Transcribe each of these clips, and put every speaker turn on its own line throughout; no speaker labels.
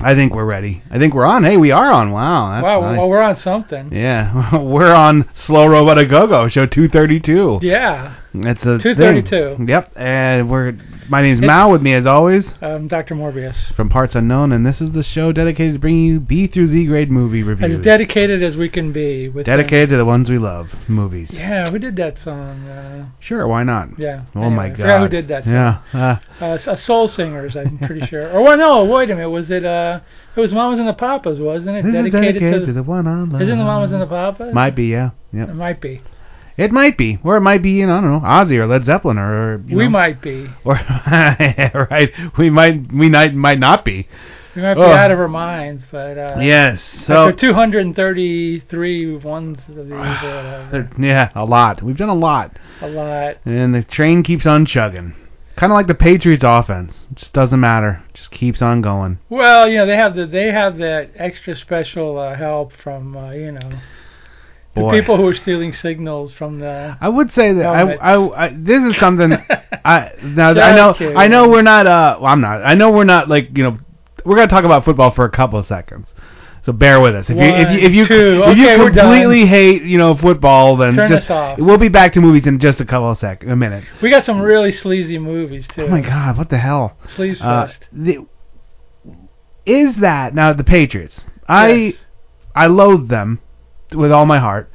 I think we're ready. I think we're on. Hey, we are on. Wow. That's
Wow,
nice.
well, we're on something.
yeah, we're on Slow Robot a Go Go Show 232.
Yeah.
That's a
232.
thing. Yep, and we're. My name's
It's-
Mal. With me, as always,
Um, Dr. Morbius.
from Parts Unknown, and this is the show dedicated to bringing you B through Z grade movie reviews.
As dedicated as we can be. With
Dedicated to the ones we love, movies.
Yeah, who did that song? Uh,
Sure, why not?
yeah.
Oh
anyway,
my
I
God.
forgot who did that song.
Yeah. Uh,
Uh, s- uh, Soul Singers, I'm pretty sure. Or, well, no, wait a minute. Was it, uh, it was Mamas and the Papas, wasn't it?
uh, this is dedicated to,
to,
the one I love.
Isn't it Mamas and the Papas?
Might be, yeah.
It
Yep.
might be.
It might be, or it might be, you know, I don't know, Ozzy or Led Zeppelin, or, or you
we
know,
might be.
or right, we might, we might, might not be.
We might be
Ugh.
out of our minds, but uh,
Yes. So
after 233 ones of these, or whatever,
yeah, a lot. We've done a lot,
a lot.
and the train keeps on chugging. Kind of like the Patriots' offense, just doesn't matter, just keeps on going.
Well, you know they have the they have that extra special uh, help from uh, you know the
Boy.
people who are stealing signals from the.
I would say that I,
Helmets.
I, I, this is something. I now I
Just
know
kidding.
I know we're not. Uh, well, I'm not. I know we're not like you know. We're gonna talk about football for a couple of seconds, so bear with us. If you if you if you,
One, two.
if
Okay,
you
we're done.
completely hate you know football, then
Turn
just
us off.
we'll be back to movies in just a couple of sec a minute.
We got some really sleazy movies too.
Oh my god, what the hell?
Sleaze
Uh,
fest.
the, is that now the Patriots? I
Yes.
I loathe them with all my heart.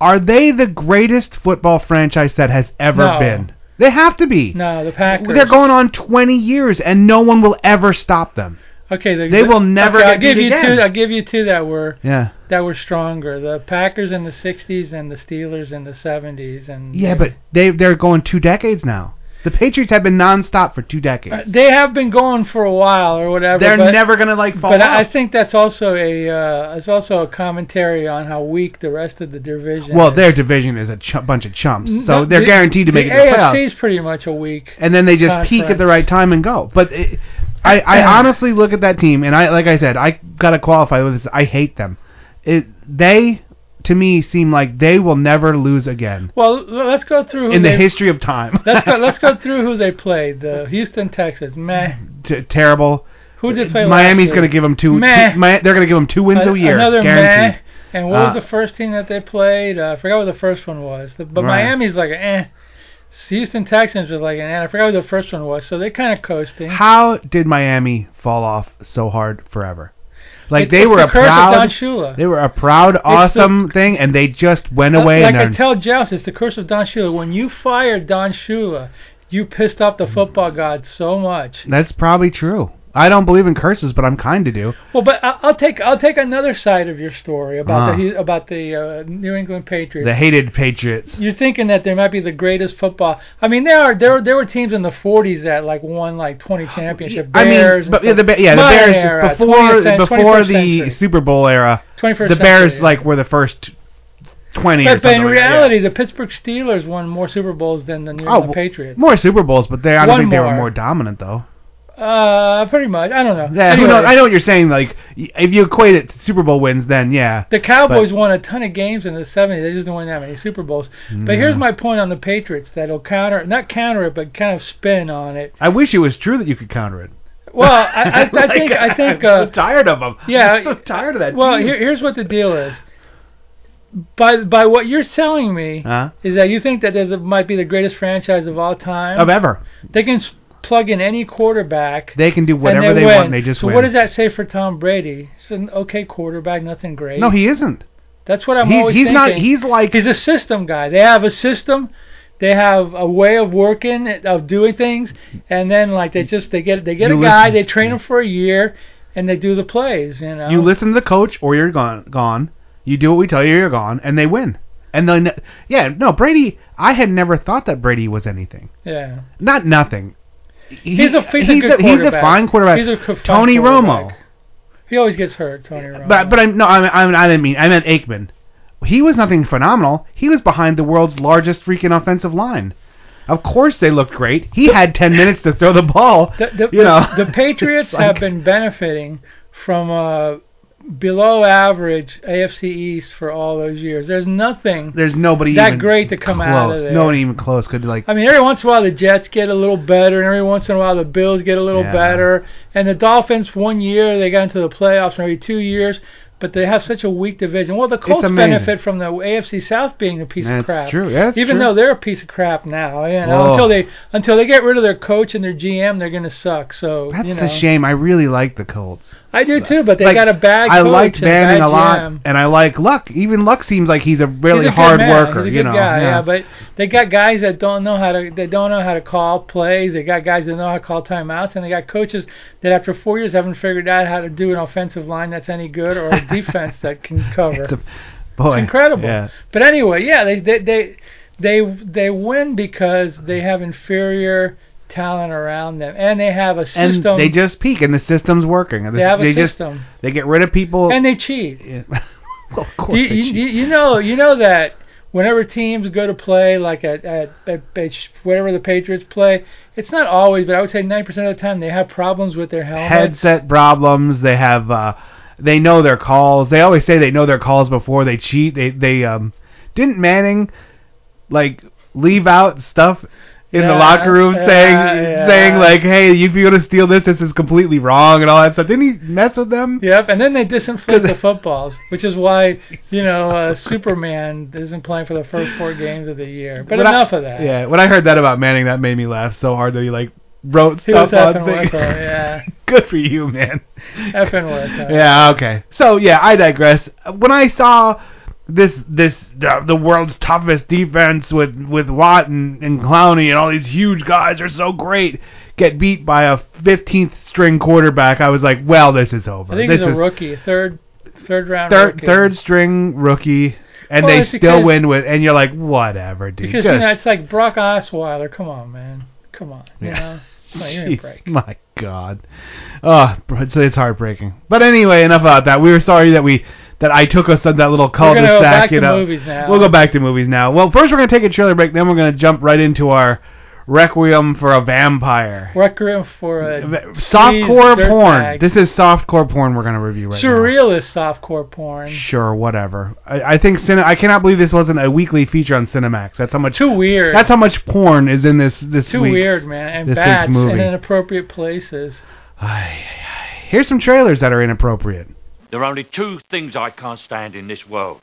Are they the greatest football franchise that has ever
No.
been? They have to be.
no the Packers.
They're going on 20 years, and no one will ever stop them.
okay, the,
they will never
Okay, I'll
get
give
beat
you
again.
two. I'll give you two that were
Yeah.
that were stronger. The Packers in the '60s and the Steelers in the '70s and
Yeah, but they they're going two decades now. The Patriots have been nonstop for two
Uh,
decades.
they have been going for a while or whatever.
They're
but-
never gonna like fall
But I
off.
I think that's also a uh, it's also a commentary on how weak the rest of the division.
well,
is.
their division is a ch- bunch of chumps, so
No,
they're
the-
guaranteed to make
the
it to the
AFC
playoffs.
is pretty much a week.
and then they just peak at the
Conference.
right time and go. But it, I, I honestly look at that team, and I like I said, I gotta qualify with this. I hate them. It, they to me seem like they will never lose again
Well, l- let's go through who
in the
they-
history of time.
Let's go. Let's go through who they played. The Houston Texans. Meh.
T- terrible.
Who did play?
Miami's
last
gonna give them two.
Meh.
two- Mi- they're gonna give them two wins a, year,
Another
guaranteed.
meh. And what was
Uh,
the first team that they played? Uh, I forgot what the first one was. The, but
Right.
Miami's like eh. Houston Texans was like eh. I forgot what the first one was. So they're kind of coasting.
How did Miami fall off so hard forever? Like
It's-
they
it's
were
the
a
curse
proud.
Of Don Shula.
They were a proud, awesome thing, and they just went away.
like
and
I
they're-
tell Joust, it's the curse of Don Shula. When you fired Don Shula, you pissed off the football god so much.
That's probably true. I don't believe in curses, but I'm kind to do.
Well, but I- I'll take I'll take another side of your story about
Ah.
the the about the uh, New England Patriots.
The hated Patriots.
You're thinking that they might be the greatest football. I mean, there are there were, there were teams in the 40s that like won like 20 championship.
I mean,
Bears and
but Oh, yeah,
stuff.
the Ba- yeah, the
My
Bears
era,
before
20th cent-
before
21st
the
century.
Super Bowl era,
21st
the Bears
century.
like were the first twenty. or
But, but
something
in
like that,
reality,
yeah.
the Pittsburgh Steelers won more Super Bowls than the New
Oh,
England Patriots.
more Super Bowls, but they I don't
One
think they were
more.
more dominant though.
Uh, pretty much. I don't know.
Yeah, who
Anyway.
knows? I know what you're saying. Like, y- if you equate it to Super Bowl wins, then yeah,
The Cowboys won a ton of games in the 70s. They just didn't win that many Super Bowls. But here's my point on the Patriots that'll counter, not counter it, but kind of spin on it.
I wish it was true that you could counter it.
Well, I, I, I think, I think, uh,
am so tired of them.
yeah,
I'm so tired of that.
well,
team.
here, here's what the deal is. By by, what you're telling me
Huh?
is that you think that they might be the greatest franchise of all time.
of ever,
They can s- plug in any quarterback.
they can do whatever
and they,
they,
win.
want. and They just
so
win.
what does that say for Tom Brady? He's an okay quarterback, nothing great.
No, he isn't.
That's what I'm
he's
always
he's
thinking.
not. He's like
He's a system guy. They have a system. They have a way of working, of doing things, and then like they just they get they get
You
a guy,
listen-
they train him for a year, and they do the plays. You know.
You listen to the coach, or you're gone. Gone. You do what we tell you. You're gone, and they win. And then, yeah, no, Brady. I had never thought that Brady was anything.
Yeah.
Not nothing. He-
He's a he's, a good
he's a
quarterback.
fine quarterback.
He's a co- fine
Tony
quarterback.
Romo.
He always gets hurt, Tony Romo.
But but I'm no I I, I didn't mean I meant Aikman. He was nothing phenomenal. He was behind the world's largest freaking offensive line. Of course they looked great. He had ten minutes to throw the ball.
the, the,
you know
the Patriots
It's like-
have been benefiting from a below average AFC East for all those years. There's nothing.
There's nobody
that
even
great to come
close.
out of there.
No one even close could like
I mean, every once in a while the Jets get a little better, and every once in a while the Bills get a little
Yeah.
better, and the Dolphins one year they got into the playoffs, maybe two years, but they have such a weak division. Well, the Colts
amazing.
benefit from the AFC South being a piece
That's
of crap.
true. That's
even
true.
though they're a piece of crap now, you know,
Oh.
until they until they get rid of their coach and their GM, they're gonna suck. So
that's
you know.
a shame. I really like the Colts.
I do too, but they
Like,
got a bad.
I
coach
liked
and bad
Bannon a lot,
GM.
and I like Luck. Even Luck seems like he's a really
He's a good
hard
man.
worker.
He's a
you
good
know,
guy, yeah. But they got guys that don't know how to they don't know how to call plays. They got guys that know how to call timeouts, and they got coaches that after four years haven't figured out how to do an offensive line that's any good or a defense that can cover.
it's, a, boy,
It's incredible.
Yeah.
But anyway, yeah, they they they they they win because they have inferior talent around them, and they have a
And
system.
they just peak, and the system's working. And
They have a
just-
system.
they get rid of people.
and they cheat.
Yeah. of course,
you,
they
you,
cheat.
you- you know you know that whenever teams go to play like at, at, at, at sh- wherever the Patriots play, it's not always, but I would say 90% of the time they have problems with their helmets.
headset problems. They have uh, they know their calls. They always say they know their calls before they cheat. They they um didn't Manning like leave out stuff in the
Yeah,
locker room
yeah,
saying
yeah.
saying like hey if you're gonna steal this this is completely wrong and all that stuff. Didn't he mess with them?
Yep, and then they disinflate
'Cause-
the footballs, which is why you know uh, Superman isn't playing for the first four games of the year. But
When I-
enough of that.
Yeah, when I heard that about Manning, that made me laugh so hard that he like wrote
He
stuff
was effing
on things.
with her, yeah.
Good for you, man.
Effing with her.
Yeah. Okay. So yeah, I digress. When I saw this this uh, the world's toughest defense with with Watt and, and Clowney and all these huge guys are so great get beat by a 15th string quarterback, I was like, well, this is over.
I think
this
he's a
is
rookie, third third round
third
rookie.
third string rookie. And
Well,
they
it's
still
because-
win with, and you're like, whatever, dude.
Because
just-
you know, it's like Brock Osweiler. Come on, man. Come on. You
Yeah.
know. Come on, you
Jeez,
a break.
My God. Oh, it's, it's heartbreaking. But anyway, enough about that. We were sorry that we that I took us on that little
gonna
cul-de-sac.
go back
you
to
know.
movies now.
We'll go back to movies now. Well, first we're gonna take a trailer break. Then we're gonna jump right into our requiem for a vampire.
Requiem for a sleaze
Softcore porn.
dirtbag.
This is softcore porn we're gonna review right now.
surrealist softcore porn.
Sure, whatever. I, I think Cine- I cannot believe this wasn't a weekly feature on Cinemax. That's how much.
Too weird.
That's how much porn is in this this
too
week's-
weird, man. And
this week's
bats in
movie.
inappropriate places.
Here's some trailers that are inappropriate.
There are only two things I can't stand in this world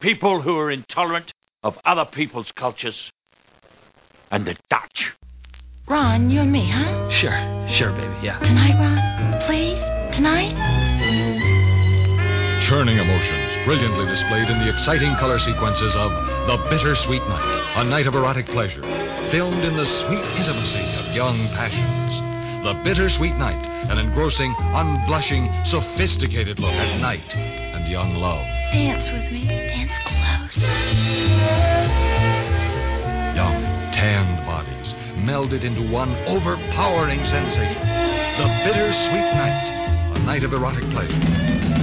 people who are intolerant of other people's cultures and the Dutch.
Ron, you and me, huh?
Sure, sure, baby, yeah.
Tonight, Ron? Please? Tonight?
Churning emotions brilliantly displayed in the exciting color sequences of The Bittersweet Night, a night of erotic pleasure, filmed in the sweet intimacy of young passions. The Bittersweet Night, an engrossing, unblushing, sophisticated look at night and young love.
Dance with me. Dance close.
Young, tanned bodies melded into one overpowering sensation. The Bittersweet Night, a night of erotic pleasure.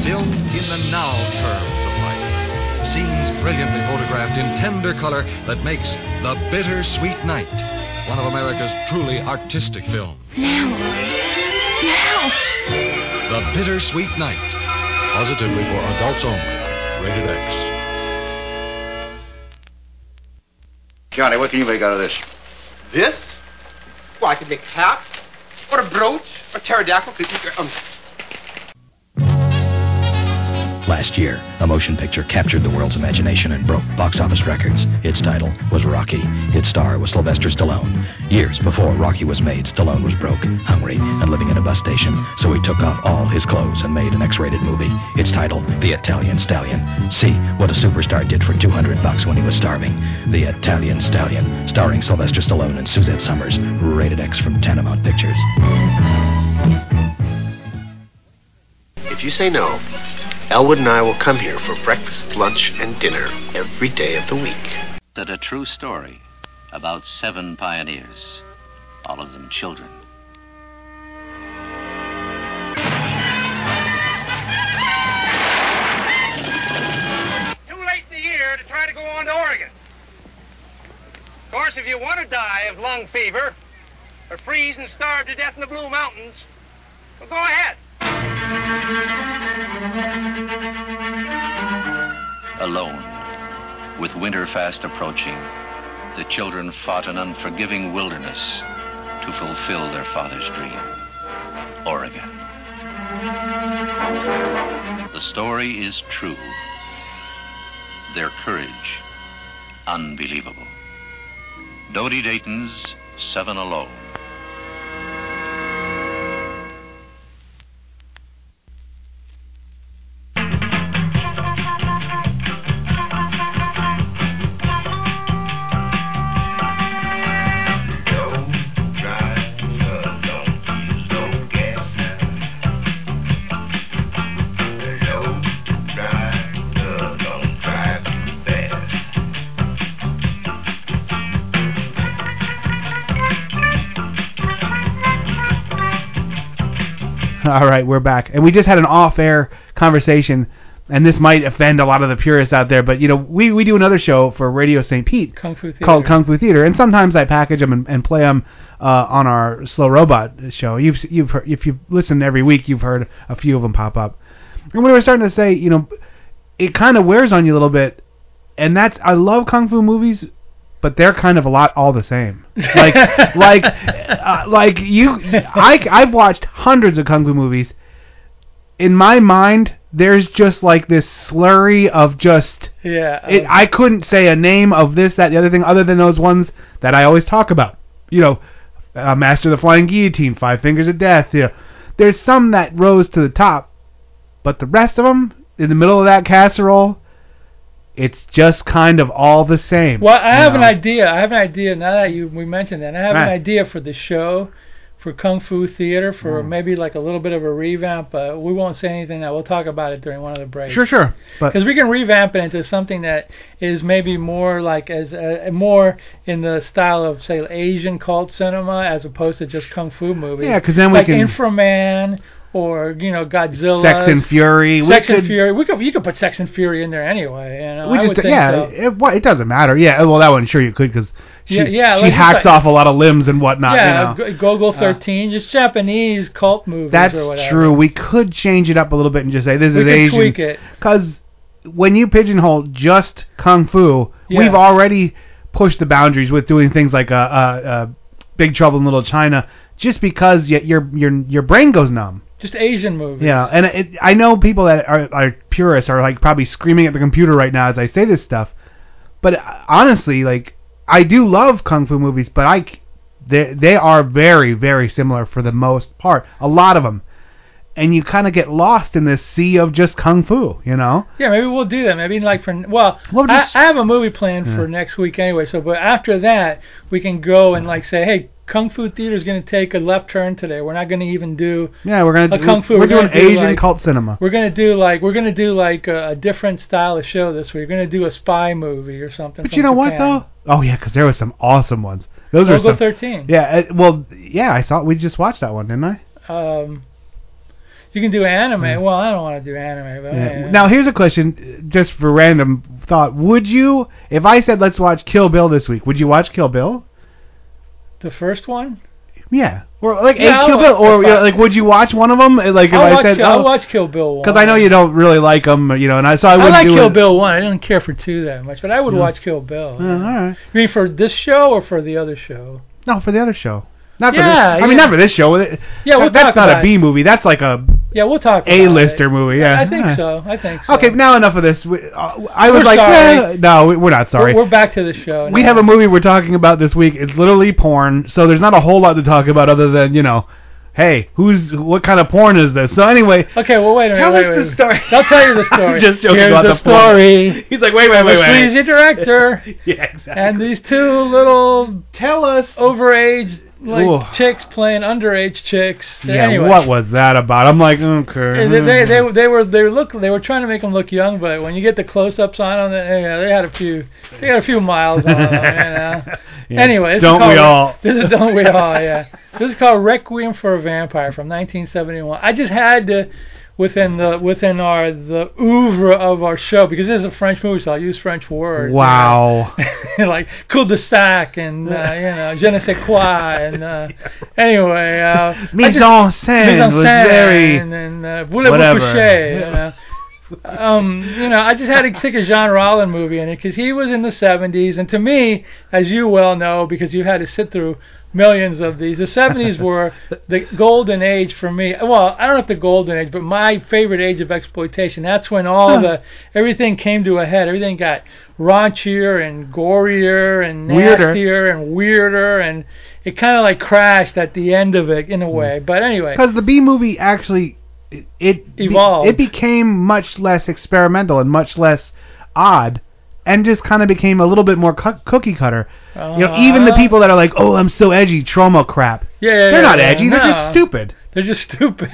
Filmed in the now terms of life. Scenes brilliantly photographed in tender color that makes The Bittersweet Night one of America's truly artistic films.
Now, Ron. Now!
The Bittersweet Night, positively for adults only. Rated X.
Johnny, what can you make out of this?
This? Well, I could make a hat, or a brooch, or a pterodactyl. Could you, um,
Last year, a motion picture captured the world's imagination and broke box office records. Its title was Rocky. Its star was Sylvester Stallone. Years before Rocky was made, Stallone was broke, hungry, and living in a bus station, so he took off all his clothes and made an X-rated movie. Its title, The Italian Stallion. See what a superstar did for 200 bucks when he was starving. The Italian Stallion, starring Sylvester Stallone and Suzette Summers, rated X from Tanamount Pictures.
if you say no, Elwood and I will come here for breakfast, lunch, and dinner every day of the week.
that a true story about seven pioneers, all of them children.
course, if you want to die of lung fever or freeze and starve to death in the Blue Mountains, well, go ahead.
Alone, with winter fast approaching, the children fought an unforgiving wilderness to fulfill their father's dream Oregon. The story is true. Their courage, unbelievable. Dodie Dayton's Seven Alone.
All right, we're back, and we just had an off-air conversation, and this might offend a lot of the purists out there, but you know, we we do another show for Radio St. Pete
Kung Fu Theater.
called Kung Fu Theater, and sometimes I package them and, and play them uh, on our Slow Robot show. You've you've heard, if you've listened every week, you've heard a few of them pop up, and we were starting to say, you know, it kind of wears on you a little bit, and that's I love kung fu movies. But they're kind of a lot all the same. Like, like, uh, like you, I, I've watched hundreds of kung fu movies. In my mind, there's just like this slurry of just.
Yeah.
It, I couldn't say a name of this, that, the other thing, other than those ones that I always talk about. You know, uh, Master of the Flying Guillotine, Five Fingers of Death. You know, there's some that rose to the top, but the rest of them in the middle of that casserole, it's just kind of all the same.
Well, I
you
have an
know?
idea. I have an idea now that you we mentioned that. I have an
Right.
idea for the show, for Kung Fu Theater, for
Mm.
maybe like a little bit of a revamp. Uh, we won't say anything now. We'll talk about it during one of the breaks.
Sure, sure, but
Because we can revamp it into something that is maybe more like as uh, more in the style of say Asian cult cinema as opposed to just kung fu movies.
Yeah, 'cause then we
like
can-
Inframan or you know Godzilla.
Sex and Fury. we
Sex and
could-
Fury. We could you could put Sex and Fury in there anyway. You know,
We
I
just
would think
yeah, uh,
so.
it, wha- it doesn't matter. Yeah, oh, well that one sure you could because she
Yeah, yeah,
she
like you
hacks
said.
off a lot of limbs and whatnot. you know. uh,
yeah, Go- Gogol thirteen, just Japanese cult movies or
That's
whatever.
true. We could change it up a little bit and just say this
We
is
could
Asian.
tweak it.
Because when you pigeonhole just kung fu,
Yeah.
we've already pushed the boundaries with doing things like uh, uh, uh, Big Trouble in Little China, just because y- your your your brain goes numb.
Just Asian movies.
Yeah, and it, I know people that are, are purists are like probably screaming at the computer right now as I say this stuff. But uh, honestly, like I do love kung fu movies, but I c- they they are very very similar for the most part. A lot of them, and you kind of get lost in this sea of just kung fu, you know.
Yeah, maybe we'll do that. Maybe like for well,
Well, just-
I, I have a movie planned for next week anyway. So, but after that, we can go and like say, hey, Kung Fu Theater's going to take a left turn today. We're not going to even do.
Yeah, we're gonna
A kung fu,
We're,
we're
doing
gonna do,
Asian
like-
cult cinema.
We're going to do like we're going to do like a, a different style of show this week. We're going to do a spy movie or something.
But you know what though? Oh yeah, 'cause there was some awesome ones. Those were
Gogol
some.
thirteen.
Yeah, uh, well, yeah, I saw. We just watched that one, didn't I?
Um, you can do anime. Well, I don't want to do anime, but
Yeah.
eh.
Uh, Now here's a question, uh, just for random thought. Would you, if I said let's watch Kill Bill this week, would you watch Kill Bill?
the first one.
Yeah, or like
Yeah,
a
I'll
Kill
watch-
Bill, or
if I-
yeah, like would you watch one of them? Like if
I'll,
I
watch,
said, oh,
I'll watch Kill Bill one.
because I know you don't really like them, you know, and I so I
I
wouldn't
like
do
Kill
it.
Bill one. I didn't care for two that much, but I would
Yeah. Uh-huh.
watch Kill Bill.
Yeah, all right.
You mean for this show or for the other show?
No, for the other show. Not for
Yeah,
this. I mean,
yeah.
not for this show. Uh,
Yeah, we'll
that's
talk
not
about
a
it.
B movie. That's like a
Yeah, we'll talk. about it.
A-lister movie. Yeah,
I think
all right.
so. I think so.
Okay, now enough of this. We, uh, I was
We're
like,
sorry.
eh, no, we- we're not sorry.
We're, we're back to the show.
We
now.
have a movie we're talking about this week. It's literally porn, so there's not a whole lot to talk about other than you know, hey, who's what kind of porn is this? So anyway,
Okay, well wait a minute.
tell
wait,
us
wait.
the story.
I'll tell you the story.
I'm just joking
Here's
about
the,
the porn.
story.
He's like, wait, wait, wait,
the
wait.
sleazy director
yeah, exactly.
and these two little
tell us.
overage like
Ooh.
chicks playing underage chicks.
yeah,
anyway.
what was that about? I'm like, okay.
And They, they
Mm-hmm.
they they were they were look they were trying to make them look young, but when you get the close-ups on them, they, yeah, they had a few they had a few miles on them. You know?
Yeah.
Anyway, this
Don't
is called,
we all?
This is don't we all? Yeah. This is called Requiem for a Vampire from 1971. I just had to within the within our the oeuvre of our show because this is a French movie, so I'll use French words.
Wow.
like cul de sac and uh, you know je ne sais quoi and uh, anyway. Uh,
Mise en scène was very-
and, and uh, voulez-vous
Whatever.
coucher, you know. um, you know, I just had to take a John Rollin movie in it because he was in the 70s, and to me, as you well know, because you had to sit through millions of these, the 70s were the golden age for me. Well, I don't know if the golden age, but my favorite age of exploitation. That's when all
Huh.
the everything came to a head. Everything got raunchier and gorier and
Weirder.
nastier and weirder, and it kind of like crashed at the end of it in
Hmm.
a way. But anyway,
Because the B movie actually it it be-
Evolved.
it became much less experimental and much less odd, and just kind of became a little bit more cu- cookie cutter. You know, even the
Uh-huh.
people that are like, "Oh, I'm so edgy," trauma crap.
Yeah, yeah,
they're
yeah,
not
yeah,
edgy. They're
no.
just stupid.
They're just stupid.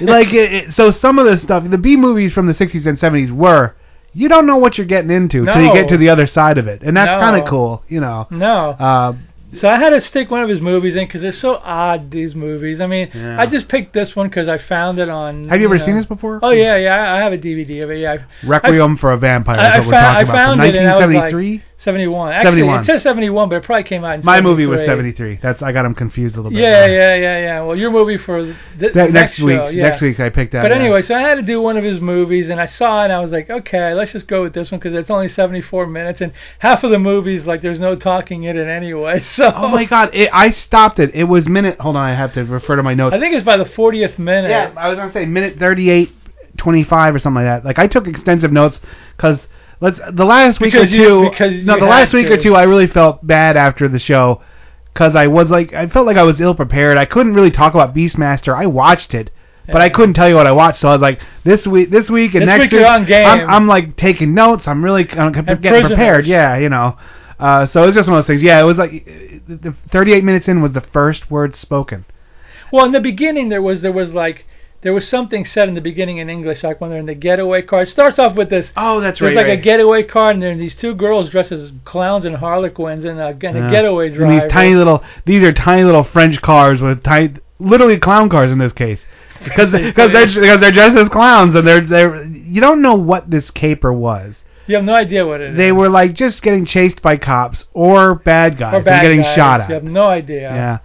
like it, it, so, some of the stuff, the B movies from the 60s and 70s were. You don't know what you're getting into till you
No.
get to the other side of it, and that's
No.
kind of cool, you know.
no.
Uh,
So I had to stick one of his movies in because they're so odd. These movies. I mean,
Yeah.
I just picked this one because I found it on.
have you ever
know-
seen this before?
Oh yeah, yeah. I- I have a DVD of it. Yeah. I-
Requiem for a Vampire
I,
is
I,
what we're
found, I
talking about. from
found it and I was
1973.
like 71. Actually,
71.
it says 71, but it probably came out. in
My movie was
73.
73. That's I got him confused a little bit.
Yeah, yeah, yeah, yeah. Well, your movie for th-
That, next
next,
week,
show, yeah.
next week I picked that.
But
yeah.
anyway, so I had to do one of his movies, and I saw it, and I was like, okay, let's just go with this one because it's only 74 minutes, and half of the movies like there's no talking in it anyway. So
Oh my God! It, I stopped it. It was minute. Hold on, I have to refer to my notes.
I think it's by the 40th minute.
Yeah, I was gonna say minute 38, 25 or something like that. Like I took extensive notes because let's the last week
Because
or
you-
two.
because
no,
you
the
had
last week or
to.
two, I really felt bad after the show because I was like, I felt like I was ill prepared. I couldn't really talk about Beastmaster. I watched it. But I couldn't tell you what I watched, so I was like, this week, this week, and
This
next
week you're on game.
I'm, I'm like taking notes. I'm really I'm getting
prisoners.
prepared. Yeah, you know. Uh, so it was just one of those things. Yeah, it was like uh, the 38 minutes in was the first word spoken.
Well, in the beginning there was there was like there was something said in the beginning in English, like when they're in the getaway car. It starts off with this.
Oh, that's
There's like a getaway car, and there are these two girls dressed as clowns and harlequins, and a, and
Yeah.
a getaway
And
driver.
These tiny little, these are tiny little French cars with tiny, literally clown cars in this case, because because they're because they're dressed as clowns and they're they're you don't know what this caper was.
you have no idea what it is.
They were like just getting chased by cops or bad guys
Or bad
and getting
guys.
shot at.
You have no idea.
Yeah.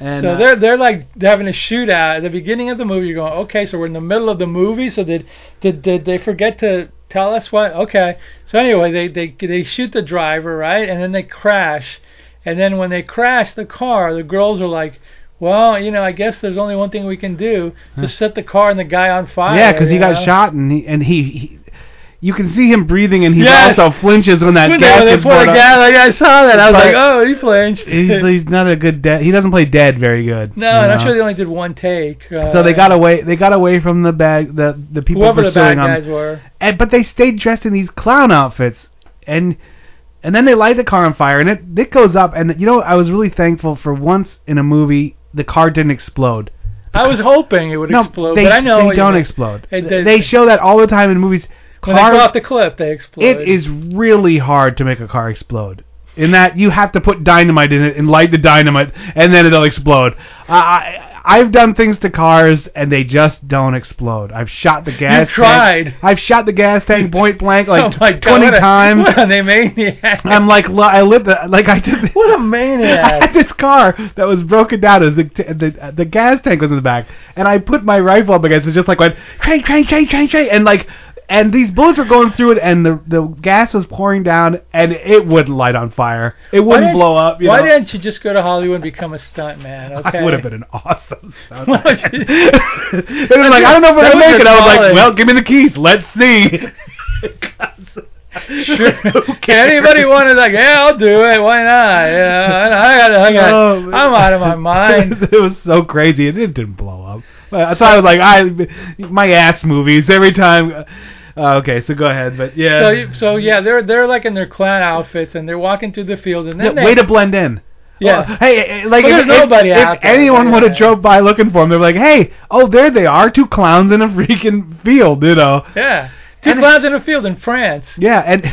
And,
so
uh,
they're they're like having a shootout at the beginning of the movie. You're going, okay, so we're in the middle of the movie. So did did did they forget to tell us what? Okay. So anyway, they they they shoot the driver right, and then they crash, and then when they crash the car, the girls are like. Well, you know, I guess there's only one thing we can do: just set the car and the guy on fire.
yeah, because he
you
got
know?
shot and he, and he, he, you can see him breathing and he
Yes.
also flinches when that
When they-
gas
when they
gets
pour
poured
the
on.
gas, like, I saw that. I was
But
like, oh, he flinched.
He's, he's not a good dead. He doesn't play dead very good.
no,
you
and I'm
know?
sure they only did one take. Uh,
So they got away. They got away from the bag. The the people
whoever the bad
pursuing
guys
them.
were.
And, but they stayed dressed in these clown outfits, and and then they light the car on fire, and it it goes up. And you know, I was really thankful for once in a movie the car didn't explode.
I was hoping it would
no,
explode,
they,
but I know
they
what you
don't
mean.
explode.
It
They,
does-
show that all the time in movies.
When they
Cars-
go off the cliff, they explode.
it is really hard to make a car explode. In that you have to put dynamite in it and light the dynamite, and then it'll explode. I, I I've done things to cars and they just don't explode. I've shot the gas.
tried.
Tank. I've shot the gas tank point blank like
oh my God,
twenty
what a-
times.
What a maniac!
I'm like li- I lived the, like I did. the-
what a
I had
maniac!
this car that was broken down as the, t- the the gas tank was in the back, and I put my rifle up against it, just like went train, train, train, train, train, and like, and these bullets were going through it, and the the gas was pouring down, and it wouldn't light on fire, it
Why
wouldn't
didn't-
blow up. You
why
know?
didn't you just go to Hollywood and become a stunt man? Okay,
I would have been an awesome stunt.
Why
man.
don't you-
it was like I don't know if we're
That
gonna
was
make
your
it. I was like,
calling.
well, give me the keys. Let's see.
Sure. Can anybody want to like? Yeah, I'll do it. Why not? Yeah, I, I got. I got
Oh, man.
I'm out of my mind.
it was so crazy. It, it didn't blow up. But, so I was like, I my ass movies every time. Uh, okay, so go ahead. But yeah,
So, you- so yeah, they're they're like in their clown outfits and they're walking through the field and then
Yeah,
they,
way to blend in.
Yeah.
Oh, hey, eh, like if,
But
if-
there's nobody
if
out there.
anyone would have
Yeah.
drove by looking for them, they're like, hey, oh, there they are, two clowns in a freaking field, you know.
yeah, two
And it-
clowns in a field in France.
Yeah, and.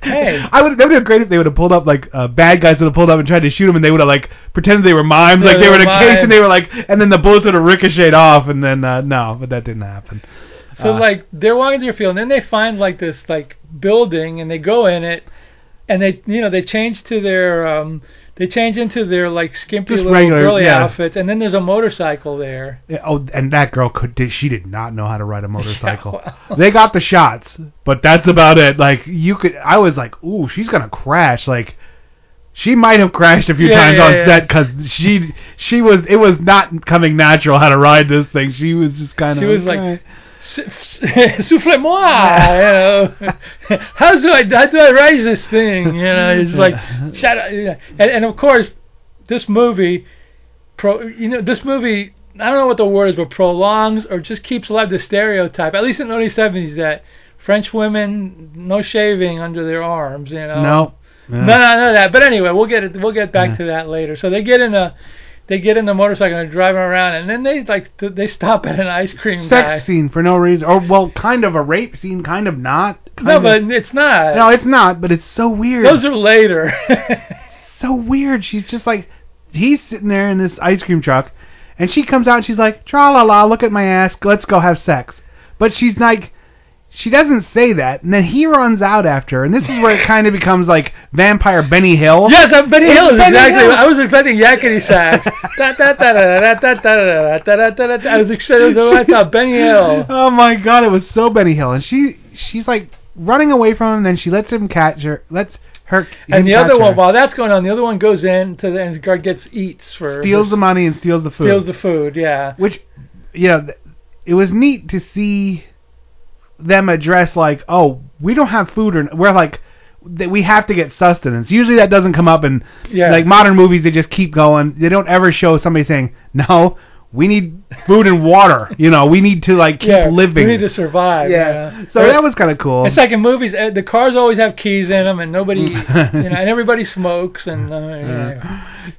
Hey.
I would. That would have been great if they would have pulled up like uh, bad guys would have pulled up and tried to shoot them, and they would have like pretended they were mimes,
Yeah,
like they
they
were in a
were
case, and
mimes.
they were like, and then the bullets would have ricocheted off, and then uh, no, but that didn't happen.
So
Uh,
like they're walking through a field, and then they find like this like building, and they go in it, and they you know they change to their um they change into their like skimpy
Just
little
regular,
girly
yeah.
outfits, and then there's a motorcycle there.
Yeah, Oh, and that girl could did, she did not know how to ride a motorcycle. They got the shots, but that's about it. Like you could, I was like, ooh, she's gonna crash. Like she might have crashed a few
Yeah,
times
yeah,
on
yeah.
set 'cause set because she she was it was not coming natural how to ride this thing. She was just kind of
She was like, souffle moi, you know. how do I how do I raise this thing? You know, it's like shut up. you know. And, and of course, this movie, pro, you know, this movie. I don't know what the word is, but prolongs or just keeps alive the stereotype. At least in the early seventies, that French women no shaving under their arms. You know.
no, Yeah.
"Oh." No, no, no, that. But anyway, we'll get it. We'll get back to that later. So they get in a, they get in the motorcycle and they're driving around, and then they like th- they stop at an ice cream
sex
guy.
scene for no reason, or well, kind of a rape scene, kind of not.
No,
kind
but
of-
it's not.
no, it's not. But it's so weird.
Those are later.
so weird. She's just like, he's sitting there in this ice cream truck, and she comes out and she's like, tra la la, look at my ass, let's go have sex. But she's like, she doesn't say that, and then he runs out after her, and this is where it kind of becomes like vampire Benny Hill.
yes, I'm Benny
It's
Hill. is
Benny
exactly.
Hill.
I was expecting yakety sax. Da, da, da, da, da, da, da, da, da, da, da, da, da, da. I was expecting. so I thought Benny Hill.
Oh my god, it was so Benny Hill, and she she's like running away from him, and then she lets him catch her, lets her, him
And the other
catch
one,
her,
while that's going on, the other one goes in to the and guard gets eats for
steals the money and steals the food.
steals the food. Yeah.
which you know th- it was neat to see them address like oh we don't have food or we're like that we have to get sustenance usually that doesn't come up in
Yeah.
like modern movies they just keep going they don't ever show somebody saying no we need food and water you know we need to like keep
yeah,
living
We need to survive.
yeah.
Yeah.
so that was kind of cool
It's like in movies, uh, the cars always have keys in them, and nobody, you know, and everybody smokes, and uh, anyway.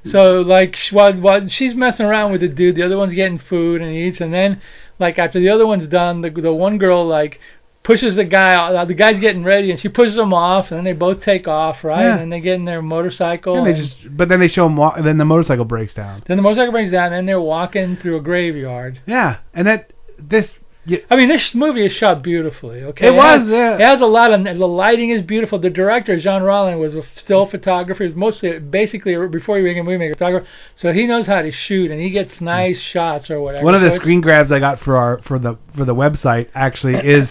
so like sh- while while she's messing around with the dude, the other one's getting food and eats, and then like after the other one's done, the the one girl like pushes the guy, out- uh, the guy's getting ready, and she pushes him off, and then they both take off, right?
Yeah.
And then they get in their motorcycle,
and they just but then they show them walk, and then the motorcycle breaks down
then the motorcycle brings down, and then they're walking through a graveyard.
yeah and that this y-
I mean, this movie is shot beautifully. Okay,
It was,
has,
yeah.
It has a lot of the lighting is beautiful. The director John Rollin was a still photographer. He was mostly, basically, before he became a movie maker, photographer. So he knows how to shoot, and he gets nice shots or whatever.
Hmm. One of
So
the
it's-
screen grabs I got for our for the for the website actually is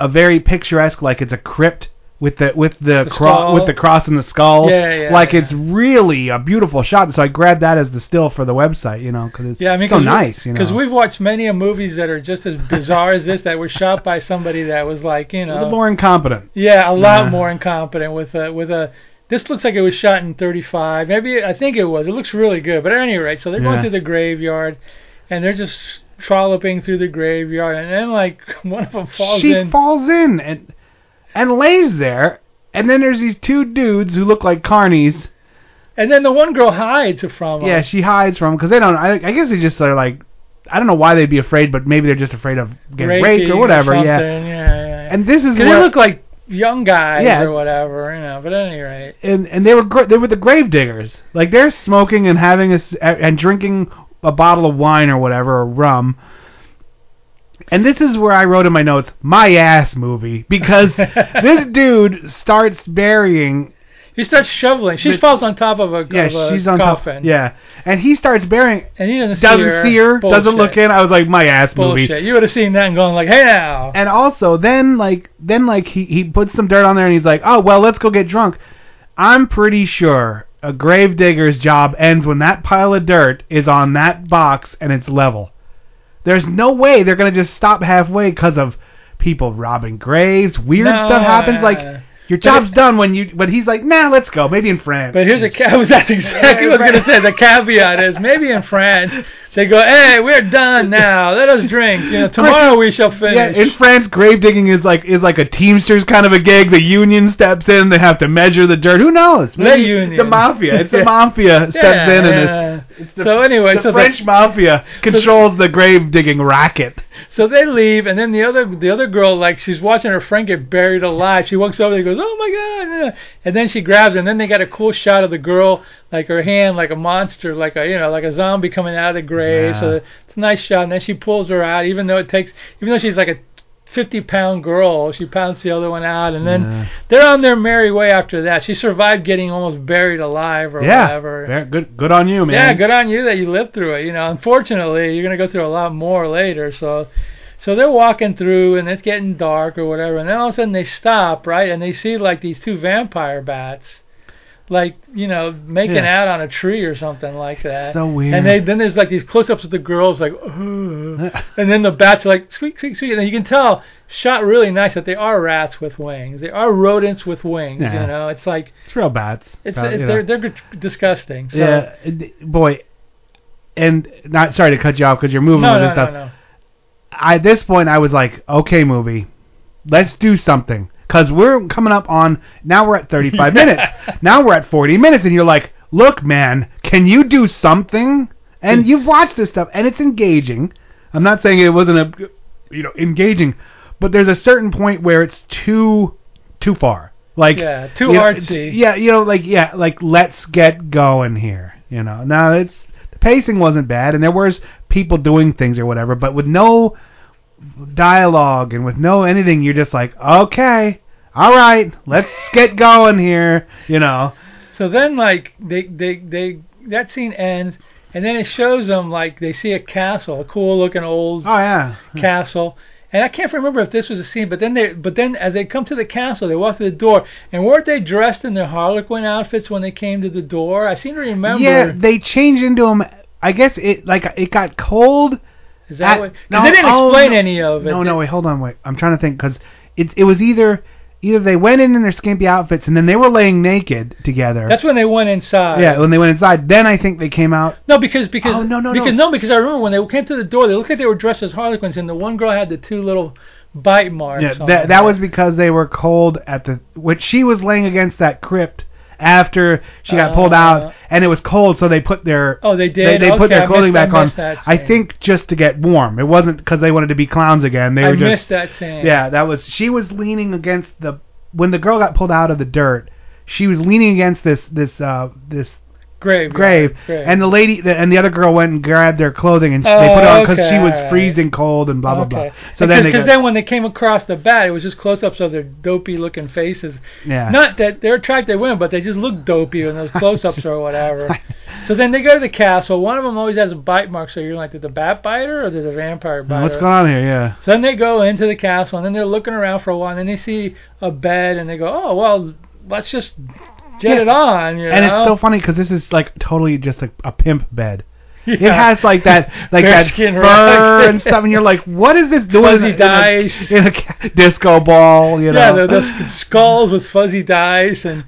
a very picturesque, like it's a crypt with the with the,
The
cro-
skull.
with the cross and the skull.
Yeah, yeah,
like
yeah.
it's really a beautiful shot. So I grabbed that as the still for the website, you know, because it's
Yeah, I mean,
so
'cause we-
nice, you know.
we've watched many of movies that are just as bizarre as this that were shot by somebody that was like, you
a little
know,
more incompetent.
yeah, a lot
Yeah.
more incompetent with a with a. This looks like it was shot in 35. Maybe I think it was. It looks really good. But at any rate, so they're
Yeah.
going through the graveyard, and they're just trolloping through the graveyard, and then like one of them falls
she
in.
falls in and and lays there, and then there's these two dudes who look like carnies.
and then the one girl hides from him.
Yeah, she hides from because they don't. I, I guess they just are like. I don't know why they'd be afraid, but maybe they're just afraid of getting raped
Raping
or whatever.
something,
yeah,
yeah, yeah.
And this is
Because
where-
they look like young guys
Yeah.
or whatever, you know. But at any rate,
and and they were gr- they were the grave diggers. Like they're smoking and having a s- and drinking a bottle of wine or whatever or rum. And this is where I wrote in my notes, my ass movie, because this dude starts burying.
he starts shoveling. She
But-
falls on top of a
Yeah,
of a
she's on
coffin.
top. Yeah, and he starts burying.
and he doesn't,
Doesn't
see her.
see her. Doesn't look
Bullshit.
in. I was like, my ass movie.
Bullshit. You would have seen that and gone like, hey now.
And also, then like then like he he puts some dirt on there and he's like, oh well, let's go get drunk. I'm pretty sure a gravedigger's job ends when that pile of dirt is on that box and it's level. There's no way they're gonna just stop halfway because of people robbing graves. Weird
No,
stuff happens.
no, no.
Like your job's done when you. But he's like, nah, let's go. Maybe in France.
But here's a ca- that's exactly what I was gonna say. The caveat is maybe in France they go, hey, we're done now. Let us drink. You know, tomorrow we shall finish.
yeah, in France, grave digging is like is like a Teamsters kind of a gig. The union steps in. They have to measure the dirt. Who knows?
The
Maybe
union.
The mafia. It's the
Yeah.
mafia steps
Yeah,
in and it's-
yeah. so anyway,
the
so
French mafia controls the grave digging racket.
they, so they leave, and then the other the other girl like she's watching her friend get buried alive. She walks over, and goes, oh my god, yeah. and then she grabs her, and then they got a cool shot of the girl like her hand like a monster, like a you know like a zombie coming out of the grave.
Yeah.
So it's a nice shot, and then she pulls her out, even though it takes even though she's like a 50 pound girl. She pounds the other one out, and then they're on their merry way after that. She survived getting almost buried alive or
yeah,
whatever.
very good, good on you, man.
Yeah, good on you that you lived through it. You know, unfortunately, you're gonna go through a lot more later. So, so they're walking through and it's getting dark or whatever, and then all of a sudden they stop, right? And they see like these two vampire bats, like you know, making
Yeah.
out on a tree or something like that.
so weird.
And they then there's like these close-ups of the girls, like, "Ugh." and then the bats are like squeak, squeak, squeak, and you can tell shot really nice that they are rats with wings. They are rodents with wings.
Yeah.
You know, it's like
It's real bats.
it's,
Probably,
it's
you
they're
know.
they're disgusting. So.
yeah, d- boy. And not sorry to cut you off because you're moving
No,
on
no,
and stuff.
no, no.
I, at this point, I was like, okay, movie, let's do something. Because we're coming up on, now we're at 35 minutes. Now we're at 40 minutes. And you're like, look, man, can you do something? And you've watched this stuff, and it's engaging. I'm not saying it wasn't a, you know, engaging, but there's a certain point where it's too, too far. Like
Yeah, too
you know,
artsy.
yeah, you know, like yeah, like let's get going here. You know, now it's the pacing wasn't bad, and there was people doing things or whatever, but with no dialogue and with no anything, you're just like, okay, all right, let's get going here. You know,
So then, like they they they that scene ends, and then it shows them like they see a castle, a cool looking old
oh yeah,
castle. And I can't remember if this was a scene, but then they but then as they come to the castle, they walk through the door, and weren't they dressed in their Harlequin outfits when they came to the door? I seem to remember.
yeah, they changed into them. I guess it like it got cold.
Is that
At-
what? 'cause
no,
they didn't
oh,
explain
no,
any of it.
No, no, wait, hold on, wait. I'm trying to think because it it was either either they went in in their skimpy outfits and then they were laying naked together.
That's when they went inside.
yeah, when they went inside, then I think they came out.
No, because because
Oh, no, no,
because
no.
no. because I remember when they came to the door, they looked like they were dressed as Harlequins, and the one girl had the two little bite marks.
Yeah,
on
that
her.
that was because they were cold at the when she was laying against that crypt after she got pulled
Uh.
out and it was cold, so they put their
Oh, they
they,
did.
they put
Okay,
their
I
clothing
missed- I
back on.
missed that
I
scene.
think just to get warm. It wasn't because they wanted to be clowns again. They
I
were just
missed that scene.
Yeah, that was she was leaning against the when the girl got pulled out of the dirt. She was leaning against this this uh this
grave, yeah,
grave,
grave.
and the lady the, and the other girl went and grabbed their clothing and
Oh,
they put it on because she
okay,
was
alright.
freezing cold and blah blah
okay.
blah. So then they
because
got,
then when they came across the bat, it was just close-ups of their dopey-looking faces.
yeah
Not that they're attractive women, but they just look dopey in those close-ups or whatever. So then they go to the castle. One of them always has a bite mark, so you're like, did the bat bite her or did the vampire bite
what's
her?
going on here? Yeah,
So then they go into the castle, and then they're looking around for a while, and then they see a bed, and they go, oh, well, let's just get
Yeah.
it on, you
and it's
know?
so funny because this is like totally just like a pimp bed. It
Yeah.
has like that, like that
Bearskin
fur
rug.
and stuff, and you're like, "What is this doing?"
Fuzzy
in a-
dice.
in a, ca- disco ball, you know?
yeah, the, the sk- skulls with fuzzy dice, and